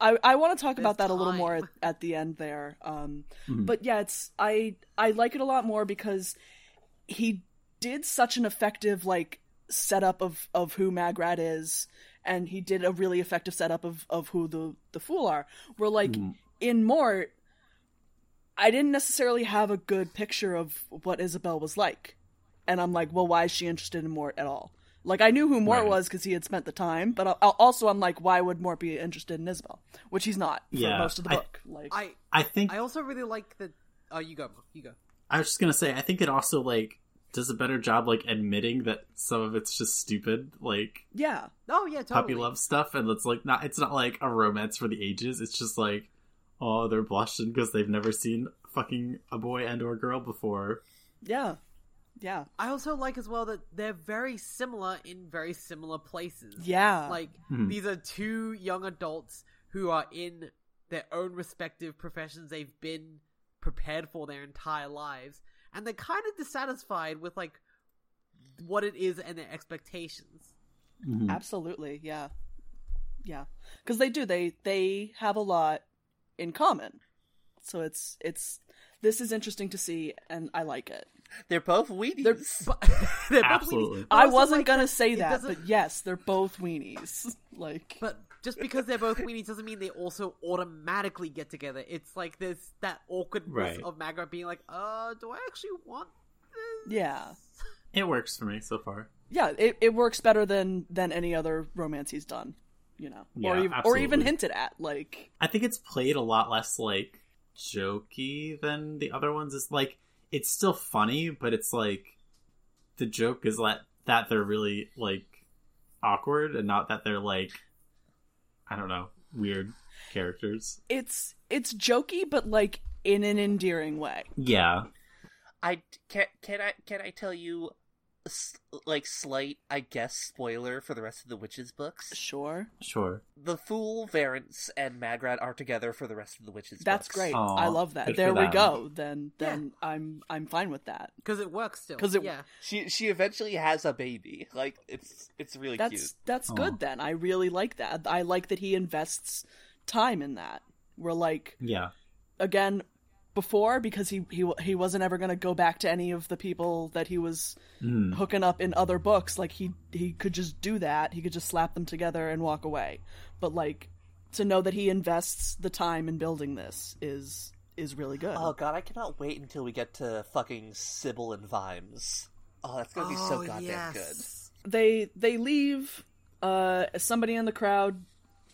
B: I, I want to talk about
D: There's
B: that a little
D: time.
B: more at, at the end there. Um,
C: Mhm.
B: but yeah it's i i like it a lot more because he did such an effective like setup of of who magrat is and he did a really effective setup of of who the the fool are we're like
C: Mhm.
B: in mort i didn't necessarily have a good picture of what isabel was like and i'm like well why is she interested in mort at all like i knew who mort
C: Right.
B: was because he had spent the time but I, also i'm like why would mort be interested in isabel which he's not for
C: Yeah,
B: most of the
C: I-
B: book like
D: I
C: I think
D: I also really like the. Oh, you go, Mo, you go.
C: I was just gonna say, I think it also like does a better job like admitting that some of it's just stupid, like
B: yeah
D: Oh yeah, totally.
C: puppy love stuff, and it's like not it's not like a romance for the ages. It's just like, oh, they're blushing because they've never seen fucking a boy and or girl before.
B: yeah yeah
D: I also like as well that they're very similar in very similar places.
B: Yeah.
D: Like
C: Mhm.
D: these are two young adults who are in their own respective professions they've been prepared for their entire lives and they're kind of dissatisfied with like what it is and their expectations.
C: Hmm. Mm-hmm.
B: absolutely, yeah. Yeah. Cuz they do they they have a lot in common. So it's it's this is interesting to see and I like it.
A: They're both weenies.
B: They're-
D: But they're both
C: Absolutely.
D: weenies.
B: I
D: also
B: wasn't
D: like
B: going to
D: that
B: say
D: it
B: that,
D: doesn't-
B: but yes, they're both weenies. Like
D: But just because they're both weenies doesn't mean they also automatically get together. It's like there's that awkwardness
C: Right.
D: of Magra being like, uh, do I actually want this?
B: yeah.
C: It works for me so far.
B: Yeah, it, it works better than than any other romance he's done, you know. or even,
C: Yeah,
B: or even
C: absolutely.
B: hinted at like
C: I think it's played a lot less like jokey than the other ones. It's like it's still funny, but it's like the joke is that that they're really like awkward and not that they're like I don't know, weird characters.
B: it's it's jokey but like in an endearing way.
C: Yeah.
A: I can can I can I tell you, s- like slight I guess spoiler for the rest of the witches books.
B: Sure.
C: Sure.
A: The fool, Varence, and Magrat are together for the rest of the witches.
B: That's
A: books.
B: great.
C: Aw,
B: I love that.
C: good for
B: There we
C: them.
B: go. Then
D: Yeah.
B: then I'm I'm fine with that.
D: Because it works still.
B: 'Cause it-
D: yeah.
A: She she eventually has a baby. Like it's it's really
B: That's
A: cute.
B: that's
C: Aw.
B: good then. I really like that. I like that he invests time in that. We're like
C: Yeah.
B: again before because he he he wasn't ever going to go back to any of the people that he was
C: Mm.
B: hooking up in other books like he he could just do that. He could just slap them together and walk away. But like to know that he invests the time in building this is is really good.
A: Oh god, I cannot wait until we get to fucking Sybil and Vimes. Oh, that's gonna be so goddamn good.
B: they they leave uh somebody in the crowd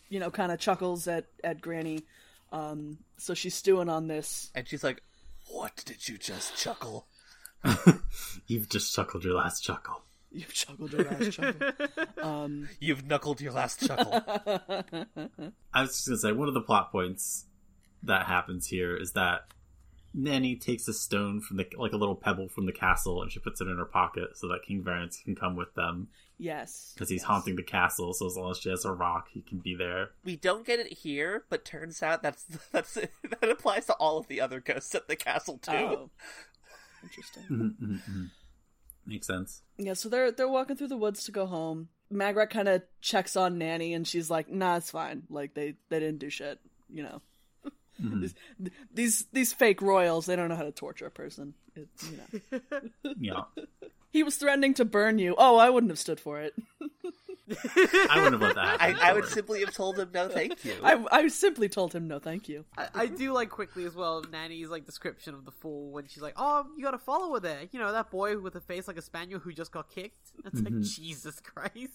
B: you know kind of chuckles at at granny um so she's stewing on this
A: And she's like, "What did you just chuckle?"
C: You've just chuckled your last chuckle.
B: you've chuckled your ass chuckle um
A: You've knuckled your last chuckle.
C: I was just gonna say one of the plot points that happens here is that Nanny takes a stone from the like a little pebble from the castle and she puts it in her pocket so that King Varence can come with them
B: yes
C: because he's
B: yes.
C: haunting the castle. So as long as she has a rock, he can be there.
A: we don't get it here, but turns out that's that's that applies to all of the other ghosts at the castle too.
B: oh interesting
C: Mhm, mhm, mhm. Makes sense.
B: Yeah, so they're they're walking through the woods to go home. Magrat kind of checks on Nanny, and she's like, "Nah, it's fine. Like they they didn't do shit. You know,
C: Mhm.
B: Th- these these fake royals, they don't know how to torture a person. It, you know,
C: yeah,
B: he was threatening to burn you. Oh, I wouldn't have stood for it.
C: I wouldn't have let that
A: I,
C: happen.
A: I would
C: Sorry.
A: simply have told him no, thank you.
B: I, I simply told him no, thank you.
D: I, I do like quickly as well Nanny's like description of the fool when she's like, "Oh, you got a follower there. You know that boy with a face like a spaniel who just got kicked." It's like
C: Mhm.
D: Jesus Christ.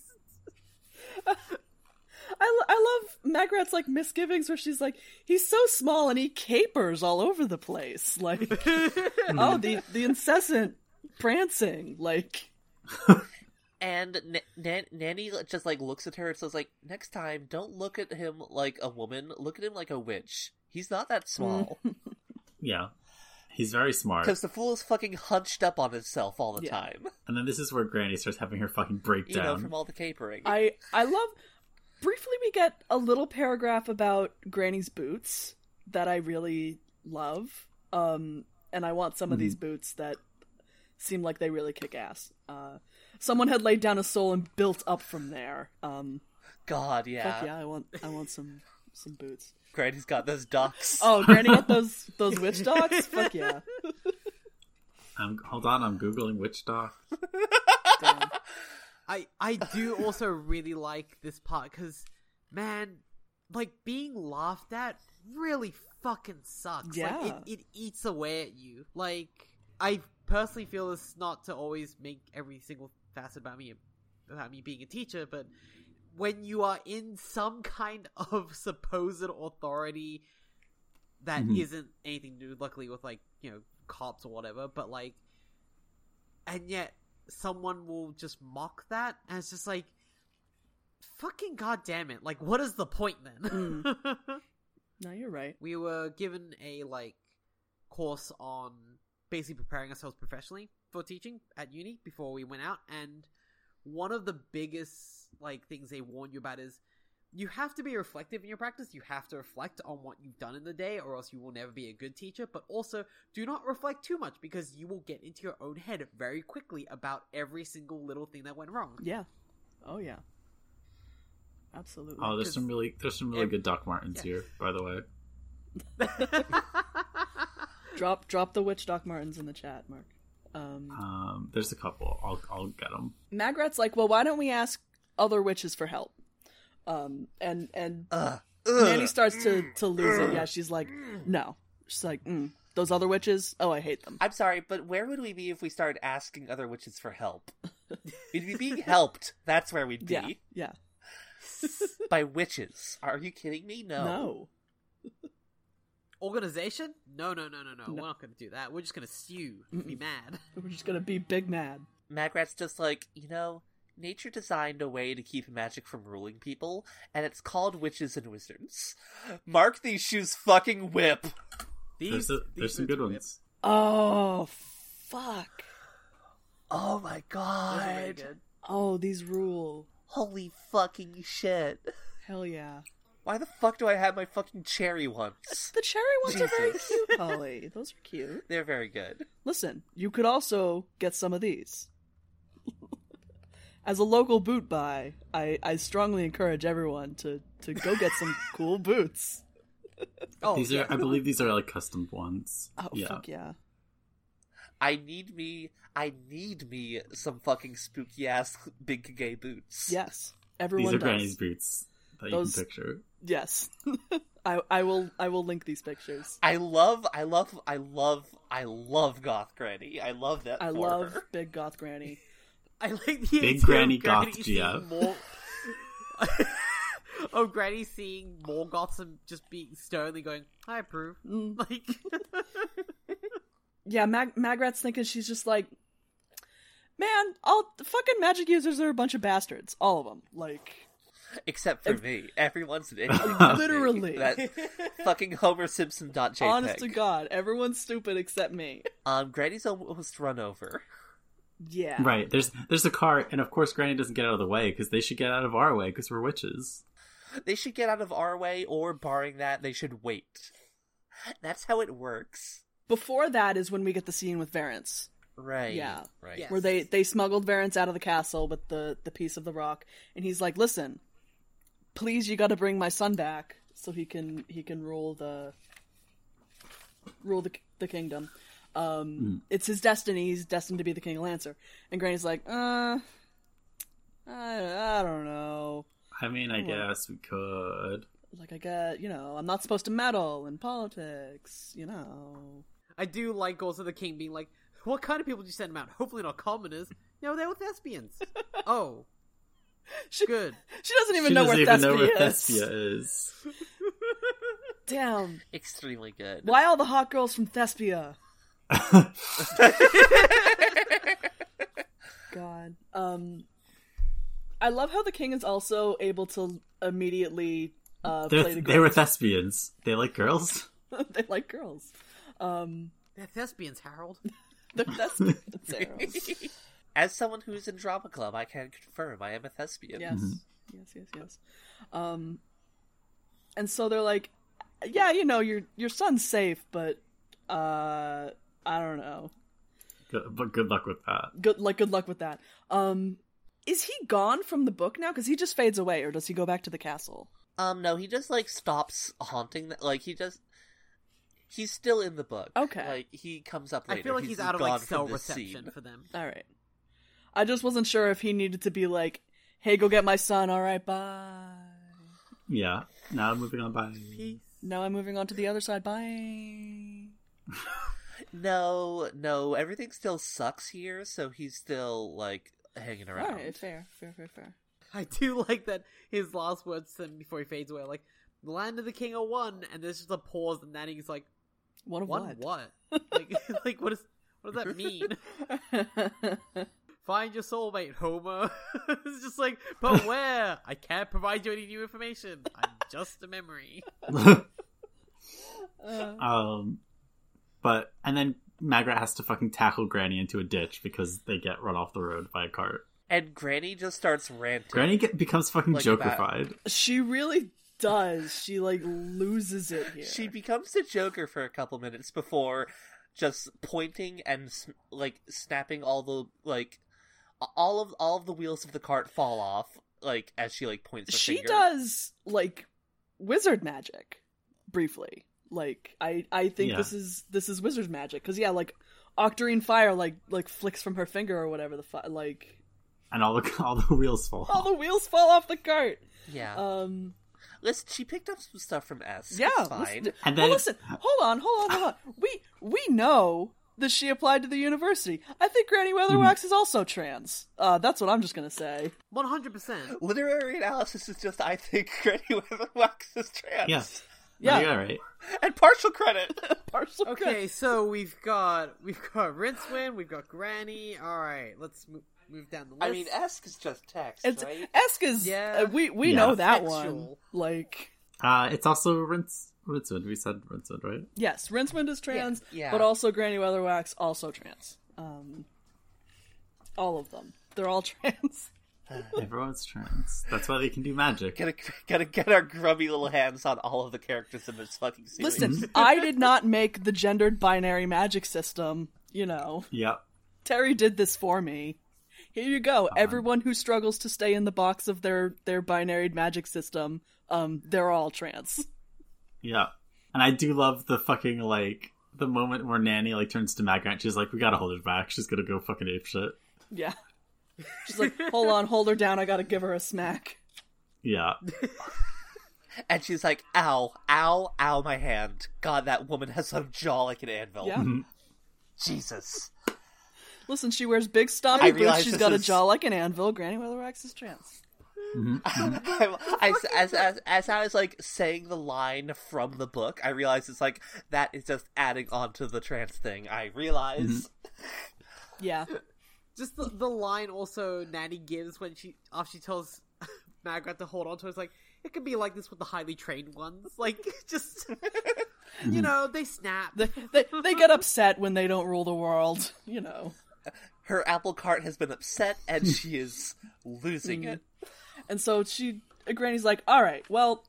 B: I, I love Magrat's like misgivings where she's like, he's so small and he capers all over the place. Like, oh, the the incessant prancing. Like,
A: And N- Nan- Nanny just like looks at her and says, "Like next time, don't look at him like a woman. Look at him like a witch. He's not
B: Mm.
A: that small
C: Yeah. He's very smart.
A: because the fool is fucking hunched up on himself all the
B: Yeah.
A: time.
C: And then this is where Granny starts having her fucking
A: You
C: breakdown.
A: know, from all the capering.
B: I I love. Briefly, we get a little paragraph about Granny's boots that I really love, um, and I want some of these boots that seem like they really kick ass. Uh, someone had laid down a soul and built up from there. Um,
A: God,
B: Fuck
A: yeah.
B: yeah, I want I want some some boots.
A: Granny's got those ducks.
B: Oh, Granny got those those witch dogs. Fuck yeah.
C: Um, hold on, I'm googling witch doc.
B: Damn.
D: I I do also really like this part because, man, like being laughed at really fucking sucks. Like
B: Yeah.
D: it, it eats away at you. Like I personally feel this not to always make every single facet about me about me being a teacher, but when you are in some kind of supposed authority that
C: Mhm.
D: not anything to do, luckily, with like you know cops or whatever, but like, and yet someone will just mock that, and it's just like, fucking goddamn it! Like, what is the point then?
B: No, you're right.
D: we were given a like course on basically preparing ourselves professionally for teaching at uni before we went out and one of the biggest like things they warn you about is you have to be reflective in your practice you have to reflect on what you've done in the day or else you will never be a good teacher but also do not reflect too much because you will get into your own head very quickly about every single little thing that went wrong
B: Yeah. Oh yeah. Absolutely.
C: Oh, there's some really there's some really
D: Ev-
C: good Doc Martens here, by the way.
B: drop drop the witch Doc Martens in the chat, Mark. Um,
C: Um, there's a couple. I'll I'll get them.
B: Magrat's like, well, why don't we ask other witches for help? Um, and and
A: Ugh.
B: Nanny
A: Ugh.
B: starts to to lose it. Yeah, she's like, no. She's like, mm, those other witches. Oh, Mm. I hate them.
A: I'm sorry, but where would we be if we started asking other witches for help? We'd be being helped. That's where we'd be.
B: Yeah, yeah.
A: By witches. Are you kidding me? No.
B: No.
D: organization no no no no no
B: No.
D: we're not gonna do that we're just gonna sue and be mad
B: We're just gonna be big mad.
A: Magrat's just like, you know, nature designed a way to keep magic from ruling people, and it's called witches and wizards. Mark these shoes fucking whip.
C: There's
D: these,
C: a,
D: these
C: there's some
D: boots
C: good
D: whip.
C: ones.
B: Oh, fuck.
A: Oh my
D: Those are really
A: god.
D: good.
B: Oh, these rule.
A: Holy fucking shit.
B: Hell yeah.
A: Why the fuck do I have my fucking cherry ones?
B: The cherry ones are very
A: Jesus.
B: cute, Polly. Those are cute.
A: They're very good.
B: Listen, you could also get some of these. As a local boot buy, I, I strongly encourage everyone to, to go get some cool boots.
D: Oh,
C: these are
D: yeah.
C: I believe these are like custom ones.
B: Oh,
C: yeah.
B: fuck yeah.
A: I need me I need me some fucking spooky ass big gay boots.
B: Yes.
C: These
B: Everyone
C: are
B: does.
C: Granny's boots that
B: Those-
C: you can picture.
B: Yes. I, I will I will link these pictures.
A: I love I love I love I love Goth Granny. I love that.
B: I
A: for
B: love
A: her.
B: big goth granny.
D: I like the
C: Big
D: idea
C: Granny
D: of
C: Goth
D: seeing
C: GF.
D: More... of Granny seeing more Goths and just being sternly going, "I approve."
B: Mm.
D: Like,
B: Yeah, Mag- Magrat's thinking she's just like, man, all the fucking magic users are a bunch of bastards, all of them. Like,
A: Except for me. Everyone's an idiot.
B: Literally.
A: That fucking Homer Simpson dot JPEG.
B: honest to God, everyone's stupid except me.
A: Um, Granny's almost run over.
B: Yeah,
C: Right. There's there's a car, and of course Granny doesn't get out of the way because they should get out of our way because we're witches.
A: They should get out of our way, or barring that, they should wait. That's how it works.
B: Before that is when we get the scene with Varence,
A: Right.
B: Yeah.
A: Right.
D: Yeah.
B: where they they smuggled Varence out of the castle with the the piece of the rock, and he's like, "Listen, please, you got to bring my son back so he can he can rule the rule the the kingdom.
C: Hmm.
B: Um, It's his destiny. He's destined to be the king of Lancer." And Granny's like, "Uh, I, I don't know.
C: I mean, I
B: Well-
C: guess we could.
B: Like I got, you know, I'm not supposed to meddle in politics, you know.
D: I do like also the king being like, "What kind of people did you send them out? Hopefully not commoners. No, they were thespians. oh,
B: She,
D: good.
B: she doesn't even
C: she
B: know
C: doesn't
B: where Thespia
C: even know where
B: is.
C: Thespia is.
B: Damn.
A: Extremely good.
B: Why all the hot girls from Thespia? God. Um I love how the king is also able to immediately uh play
C: They're,
B: the
C: they were
B: girls.
C: thespians. They like girls.
B: they like girls. Um
D: They're thespians, Harold.
B: they're thespians. arrows.
A: As someone who is in drama club, I can confirm I am a thespian.
B: Yes. Yes, yes, yes. Um and so they're like, Yeah, you know, your your son's safe, but uh I don't know.
C: Good- But good luck with that.
B: good like good luck with that um is he gone from the book now because he just fades away or does he go back to the castle
A: Um, no, he just like stops haunting. That like he just he's still in the book.
B: Okay.
A: like he comes up later.
D: I feel like he's, out of
A: gone
D: like
A: from
D: cell
A: the
D: reception
A: scene.
D: for them.
B: all right i just wasn't sure if he needed to be like hey go get my son all right bye
C: Yeah. Now moving on by.
D: Peace.
B: now i'm moving on to the other side bye
A: No, no, everything still sucks here. So he's still like hanging
B: all
A: around.
B: right fair fair fair fair
D: I do like that his last words to him before he fades away, are like "The "Land of the King are one," and there's just a pause, and then he's like,
B: one of
D: "One what? like, like what is what does that mean?
B: what?
D: Find your soulmate, Homer." it's just like, but where? I can't provide you any new information. I'm just a memory.
B: Uh,
C: um, but and then Magrat has to fucking tackle Granny into a ditch because they get run off the road by a cart.
A: And Granny just starts ranting.
C: Granny get, becomes fucking
A: Like that.
C: Jokerified.
B: she really does she like loses it here
A: She becomes the Joker for a couple minutes before just pointing and sm- like snapping all the like all of all of the wheels of the cart fall off like as she like points her
B: she
A: finger.
B: does like wizard magic briefly like i i think
C: Yeah.
B: this is this is wizard magic because yeah like octarine fire like like flicks from her finger or whatever the fu- like
C: and all the all the wheels fall.
B: all the wheels fall off the cart
A: Yeah.
B: um
A: Listen, she picked up some stuff from S.
B: yeah
A: It's
B: listen,
A: fine.
B: to-
C: And
B: well,
C: then- Ah.
B: listen hold on hold on hold on we we know that she applied to the university i think granny weatherwax
C: Mm.
B: is also trans uh that's what i'm just gonna say
D: One hundred percent.
A: Literary analysis is just, I think, Granny Weatherwax is trans.
C: yes.
B: yeah,
C: All right.
A: And partial credit.
B: partial credit.
D: Okay, so we've got we've got Rincewind, we've got Granny. All right, let's move, move down the list.
A: I mean, Esk is just text,
B: It's
A: right?
B: Esk is
D: Yeah.
B: uh, we we
C: Yeah.
B: know that one.
D: Sexual.
B: Like
C: Uh, it's also rinse. Rinswood. We said Rinswood, right?
B: yes, Rincewind is trans,
A: Yeah.
B: but also Granny Weatherwax also trans. Um, all of them, they're all trans.
C: Everyone's trans. That's why they can do magic.
A: Gotta, gotta get our grubby little hands on all of the characters in this fucking series.
B: Listen, I did not make the gendered binary magic system. You know,
C: Yep.
B: Terry did this for me. Here you go. Everyone who struggles to stay in the box of their their binary magic system, um, they're all trans.
C: Yeah. And I do love the fucking like the moment where Nanny like turns to Magrat. and She's like, "We gotta hold her back. She's gonna go fucking ape shit."
B: Yeah. She's like, hold on, hold her down. I gotta give her a smack.
C: Yeah.
A: And she's like, ow, ow, ow, my hand. God, that woman has a jaw like an anvil.
B: Yeah.
A: Jesus.
B: Listen, she wears big
A: I
B: stompy boots.
A: realize
B: She's
A: this
B: got a
A: is-
B: jaw like an anvil. Granny Weatherwax is trans.
A: I, I- as, as, as I was like saying the line from the book, I realized it's like, that is just adding on to the trans thing. I realize.
C: Mm-hmm.
B: Yeah,
D: just the, the line also Nanny gives when she after she tells Magrat to hold on to her is like it could be like this with the highly trained ones, like just you know they snap.
B: they, they they get upset when they don't rule the world. You know,
A: Her apple cart has been upset and she is losing it.
B: and so she Granny's like, all right, well,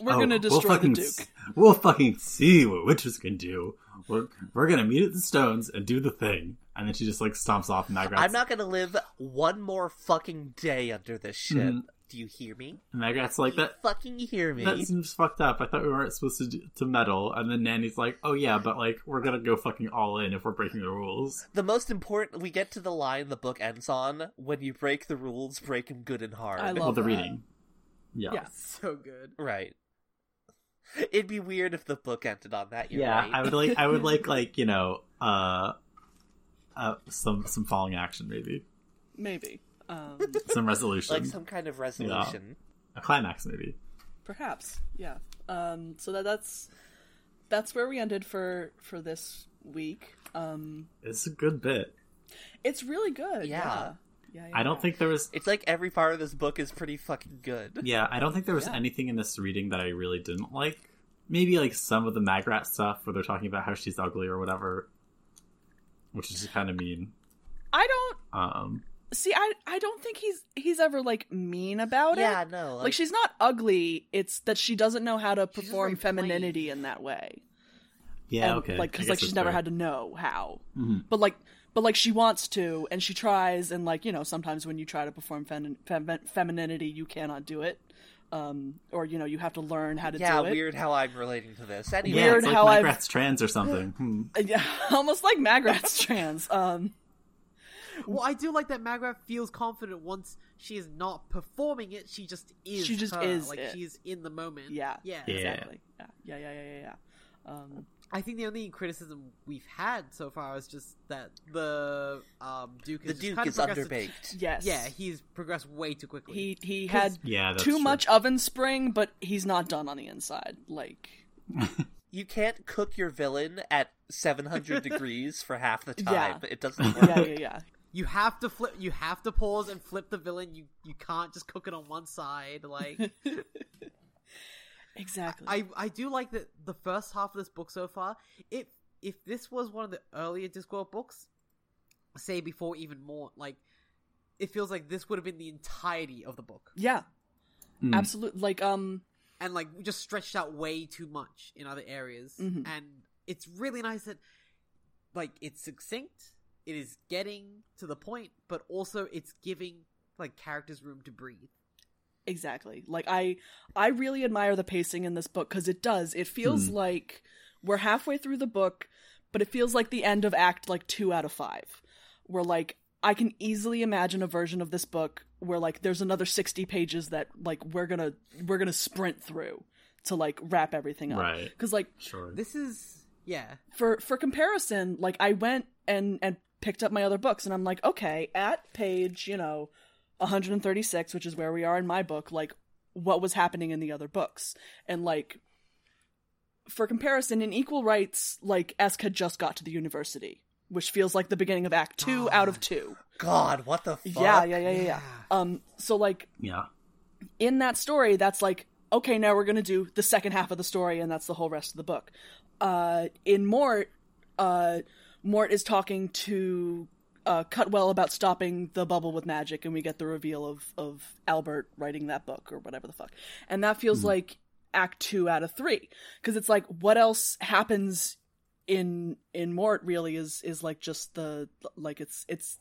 B: we're
C: Oh,
B: gonna destroy the
C: fucking
B: Duke.
C: s- we'll fucking see what witches can do. We're we're gonna meet at the stones and do the thing. And then she just like stomps off. And Magrat's
A: I'm not gonna live one more fucking day under this shit. Do you hear me?
C: And Magrat's Mm-hmm. like,
A: Do you
C: that
A: fucking hear me?
C: That seems fucked up. I thought we weren't supposed to, do- to meddle. And then Nanny's like, oh yeah, but like, we're gonna go fucking all in if we're breaking the rules.
A: The most important, we get to the line the book ends on when you break the rules, break them good and hard.
B: I love-
C: Well, the
B: that.
C: reading. Yeah.
B: Yeah.
D: So good.
A: Right. It'd be weird if the book ended on that. You're
C: Yeah,
A: right.
C: I would like, I would like, like, you know, uh, uh, some, some following action, maybe.
B: Maybe. Um,
C: Some resolution.
A: like some kind of resolution.
C: A climax, maybe.
B: perhaps. Yeah. Um, so that that's that's where we ended for for this week. Um,
C: It's a good bit.
B: it's really good. Yeah.
A: Yeah.
B: Yeah.
C: I don't think there was,
A: It's like every part of this book is pretty fucking good.
C: yeah, I don't think there was
B: Yeah.
C: anything in this reading that I really didn't like. Maybe like some of the Magrat stuff where they're talking about how she's ugly or whatever, which is kind of mean.
B: I don't
C: Um,
B: see. I I don't think he's he's ever like mean about it.
A: Yeah, no.
B: Like, she's not ugly. It's that she doesn't know how to
D: She's just
B: perform
D: very plain.
B: femininity in that way.
C: Yeah,
B: And,
C: okay.
B: Like
C: I
B: because
C: guess
B: like she's
C: that's
B: never
C: fair.
B: had to know how.
C: Mhm.
B: But like but like she wants to and she tries and like you know sometimes when you try to perform fem- fem- femininity you cannot do it. Um, or you know you have to learn how to
A: yeah,
B: do it.
A: weird how I'm relating to this. Anyway,
C: Yeah,
B: weird
C: it's like
B: how I've-
C: Magrat's trans or something. Hmm.
B: Yeah, almost like Magrat's trans. Um,
D: Well, I do like that Magrat feels confident once she is not performing it. She just is.
B: She just
D: her.
B: is
D: Like
B: it.
D: she's in the moment.
B: Yeah.
D: Yeah.
C: Yeah.
B: exactly. Yeah, yeah, yeah, yeah, yeah. yeah. Um,
D: I think the only criticism we've had so far is just that the um, Duke is
A: the
D: just
A: Duke
D: kind
A: is
D: of progressed-
A: underbaked.
B: yes.
D: Yeah, he's progressed way too quickly.
B: he he
D: 'Cause-
B: had
C: Yeah, that's
B: too
C: true.
B: much oven spring, but he's not done on the inside. Like,
A: You can't cook your villain at 700 degrees for half the
B: Yeah.
A: time. It doesn't work.
B: yeah, yeah, yeah.
D: You have to flip. You have to pause and flip the villain. You you can't just cook it on one side. Like
B: exactly.
D: I I do like that the first half of this book so far. If if this was one of the earlier Discworld books, say before even more, like it feels like this would have been the entirety of the book,
B: yeah,
C: Mm.
B: absolutely. Like, um,
D: and like we just stretched out way too much in other areas.
B: Mhm.
D: And it's really nice that like it's succinct. It is getting to the point, but also it's giving like characters room to breathe.
B: exactly. Like, I I really admire the pacing in this book because it does. It feels
C: Hmm.
B: like we're halfway through the book, but it feels like the end of Act like two out of five. Where like I can easily imagine a version of this book where like there's another sixty pages that like we're gonna we're gonna sprint through to like wrap everything up.
C: Right.
B: Because like
C: Sure.
D: This is yeah.
B: for for comparison, like I went and and picked up my other books, and I'm like, okay, at page you know 136, which is where we are in my book, like what was happening in the other books, and like for comparison, in Equal Rights, like Esk had just got to the university, which feels like the beginning of Act Two out of two.
A: God, what the fuck?
B: Yeah, yeah, yeah, yeah, yeah.
D: Yeah.
B: Um, so like
C: Yeah.
B: in that story that's like okay now we're going to do the second half of the story and that's the whole rest of the book uh in mort uh mort is talking to uh cutwell about stopping the bubble with magic and we get the reveal of of albert writing that book or whatever the fuck and that feels like act 2 out of 3 cuz it's like what else happens in in mort really is is like just the like it's it's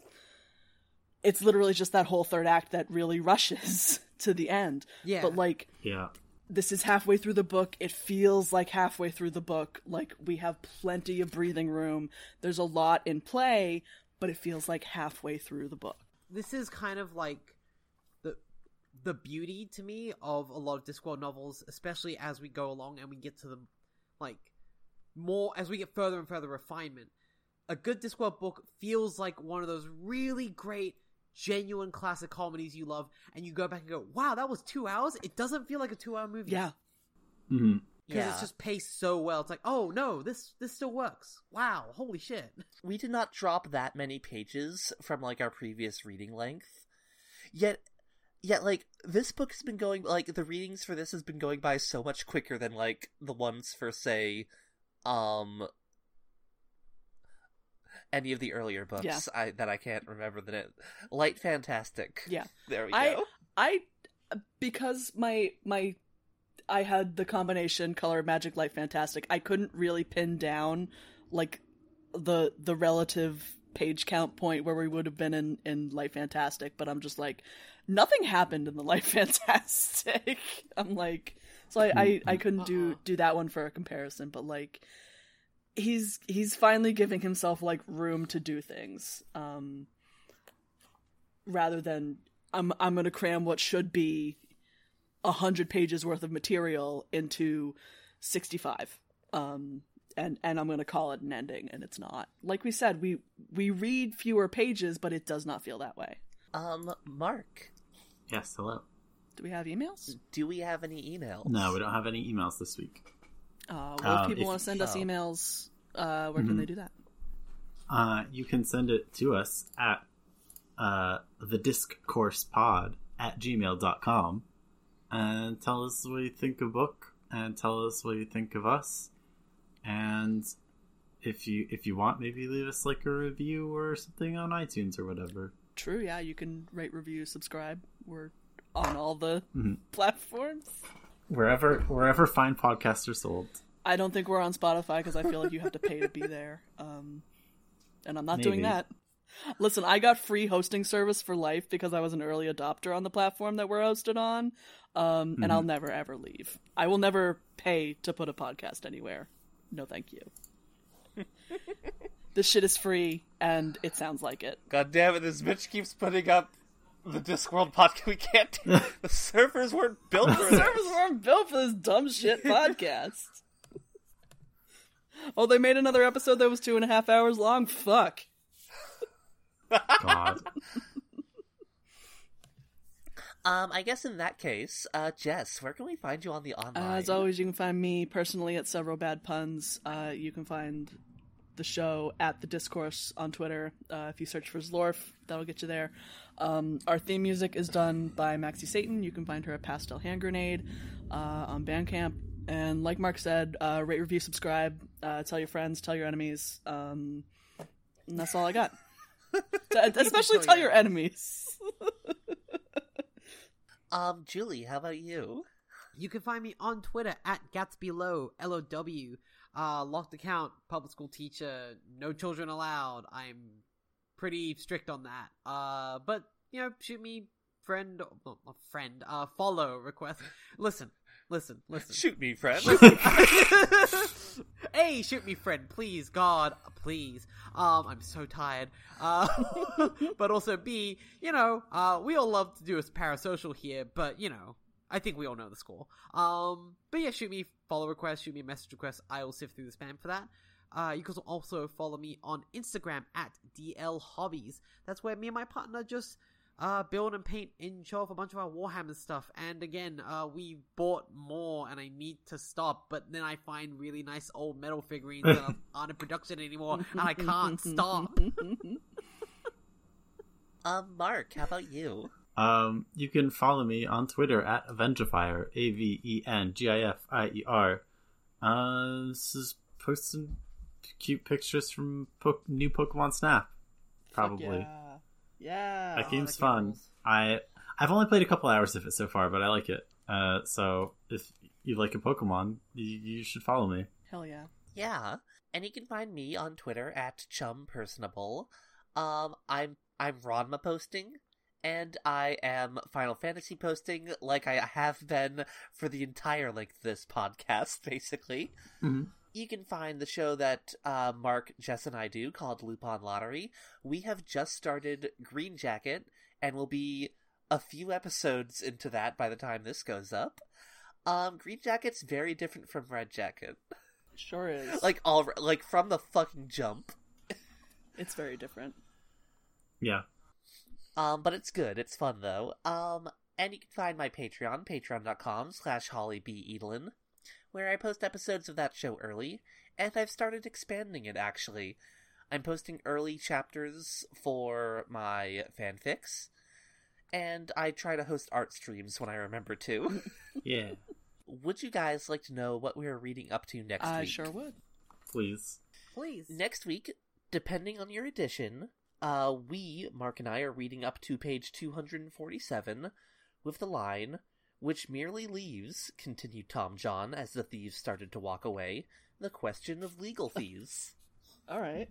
B: it's literally just that whole third act that really rushes to the end.
D: Yeah.
B: But like
C: Yeah.
B: this is halfway through the book. It feels like halfway through the book. Like we have plenty of breathing room. There's a lot in play, but it feels like halfway through the book.
D: this is kind of like the the beauty to me of a lot of Discworld novels, especially as we go along and we get to them like more as we get further and further refinement. A good Discworld book feels like one of those really great genuine classic comedies you love and you go back and go, Wow, that was two hours? It doesn't feel like a two hour movie.
B: Yeah.
C: Mhm.
D: Because
A: Yeah.
D: it's just paced so well. It's like, oh no, this this still works. Wow, holy shit.
A: we did not drop that many pages from like our previous reading length yet yet like this book's been going like the readings for this has been going by so much quicker than like the ones for say um any of the earlier books
B: Yeah.
A: I, that I can't remember the name. Light Fantastic.
B: Yeah.
A: There we
B: I-
A: go.
B: I because my my I had the combination color magic light fantastic. I couldn't really pin down like the the relative page count point where we would have been in in Life Fantastic, but I'm just like, nothing happened in the Life Fantastic. I'm like, so I I, I couldn't do
D: Uh-uh.
B: do that one for a comparison, but like, he's he's finally giving himself like room to do things, um, rather than I'm I'm gonna cram what should be a hundred pages worth of material into sixty five. Um and and I'm going to call it an ending and it's not. Like we said, we we read fewer pages but it does not feel that way.
A: Um, Mark,
C: Yes, hello.
B: Do we have emails?
A: do we have any emails?
C: No, we don't have any emails this week.
B: Uh, well, if
C: Um,
B: people
C: if-
B: want to send us
A: oh.
B: emails, uh, where can they do that?
C: Uh, you can send it to us at uh, the discoursepod at gmail.com and tell us what you think of book and tell us what you think of us and if you if you want maybe leave us like a review or something on itunes or whatever
B: True, yeah, you can rate, review, subscribe. We're on all the
C: Mhm.
B: platforms.
C: wherever wherever fine podcasts are sold
B: I don't think we're on Spotify because I feel like you have to pay to be there. Um, and I'm not doing
C: Maybe.
B: that. Listen, I got free hosting service for life because I was an early adopter on the platform that we're hosted on. Um, And I'll never, ever leave. I will never pay to put a podcast anywhere. No, thank you. this shit is free and it sounds like it.
A: God damn it, this bitch keeps putting up the Discworld podcast. We can't. the servers weren't built for
B: Servers
A: this.
B: weren't built for this dumb shit podcast. oh, they made another episode that was two and a half hours long? Fuck.
C: god
A: Um, I guess in that case, uh, Jess, where can we find you on the online?
B: Uh, as always, you can find me personally at several bad puns. Uh, you can find the show at the discourse on Twitter. Uh, if you search for Zlorf, that'll get you there. Um, our theme music is done by Maxi Satan. You can find her at Pastel Hand Grenade uh, on Bandcamp. And like Mark said, uh, rate, review, subscribe, uh, tell your friends, tell your enemies. Um, and that's all I got. Especially tell your enemies.
A: Um, Julie, how about you?
D: You can find me on Twitter at GatsbyLow, L-O-W. Uh, locked account, public school teacher, no children allowed. I'm pretty strict on that. Uh, but, you know, shoot me friend, not not friend, uh, follow request. Listen, listen, listen.
A: Shoot me, friend.
D: hey, shoot me, friend. Please, God, please. Um, I'm so tired. Uh, but also, B, you know, uh, we all love to do a parasocial here, but, you know, I think we all know the score. Um, but yeah, shoot me follow requests, shoot me message requests. I will sift through the spam for that. Uh, you can also follow me on Instagram at DL Hobbies. That's where me and my partner just uh, build and paint and show off a bunch of our Warhammer stuff. And again, uh, we bought more, and I need to stop. But then I find really nice old metal figurines that aren't in production anymore, and I can't stop.
A: um, Mark, how about you?
C: Um, you can follow me on Twitter at Avengifier, A V E N G I F I E R. Uh, this is posting cute pictures from po- new Pokemon Snap. Probably,
B: Yeah. Yeah.
C: that game's
D: Uh, that game
C: fun.
D: rules.
C: I I've only played a couple hours of it so far, but I like it. Uh, so if you like a Pokemon, you, you should follow me.
B: Hell yeah.
A: Yeah, and you can find me on Twitter at chumpersonable. Um, I'm I'm Ronma posting, and I am Final Fantasy posting, like I have been for the entire like this podcast, basically.
C: Mhm.
A: You can find the show that uh, Mark, Jess, and I do called Lupin Lottery. We have just started Green Jacket, and we'll be a few episodes into that by the time this goes up. Um, Green Jacket's very different from Red Jacket
B: Sure is.
A: like all like from the fucking jump.
B: It's very different.
C: Yeah,
A: Um, but it's good. It's fun though. Um, and you can find my Patreon, patreon.com slash Holly B. Edelin, where I post episodes of that show early, and I've started expanding it actually. I'm posting early chapters for my fanfics, and I try to host art streams when I remember to.
C: yeah.
A: Would you guys like to know what we're reading up to next
B: I
A: week?
B: sure would.
C: Please.
D: Please.
A: Next week, depending on your edition, uh, we, Mark and I, are reading up to page 247 with the line, which merely leaves, continued Tom John as the thieves started to walk away, the question of legal fees.
B: All right.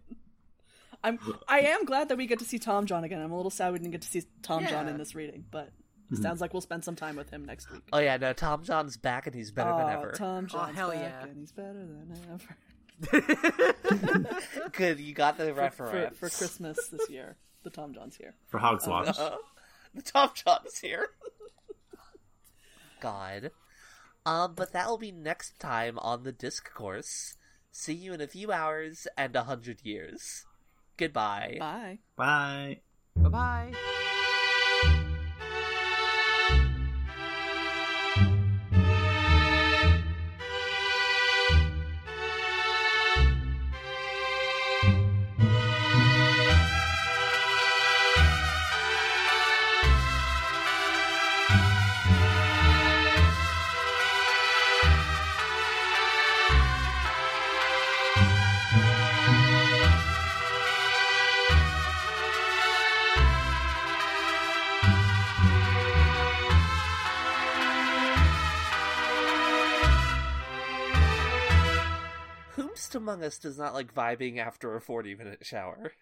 B: I'm I am glad that we get to see Tom John again. I'm a little sad we didn't get to see Tom John
A: Yeah.
B: in this reading, but
A: Mm-hmm.
B: it sounds like we'll spend some time with him next week.
A: Oh yeah, no, Tom John's back and he's better than
B: Aw,
A: ever.
B: Tom John's
D: hell
B: back
D: yeah.
B: and he's better than ever.
A: Good, you got the
B: For-
A: reference.
B: for Christmas this year. The Tom John's here.
C: for Hogs Watch.
A: Uh, the Tom John's here. God. Um, but that'll be next time on the disc course. See you in a few hours and a hundred years. Goodbye.
B: Bye.
C: Bye.
D: Bye bye.
A: Whomst among us does not like vibing after a 40 minute shower?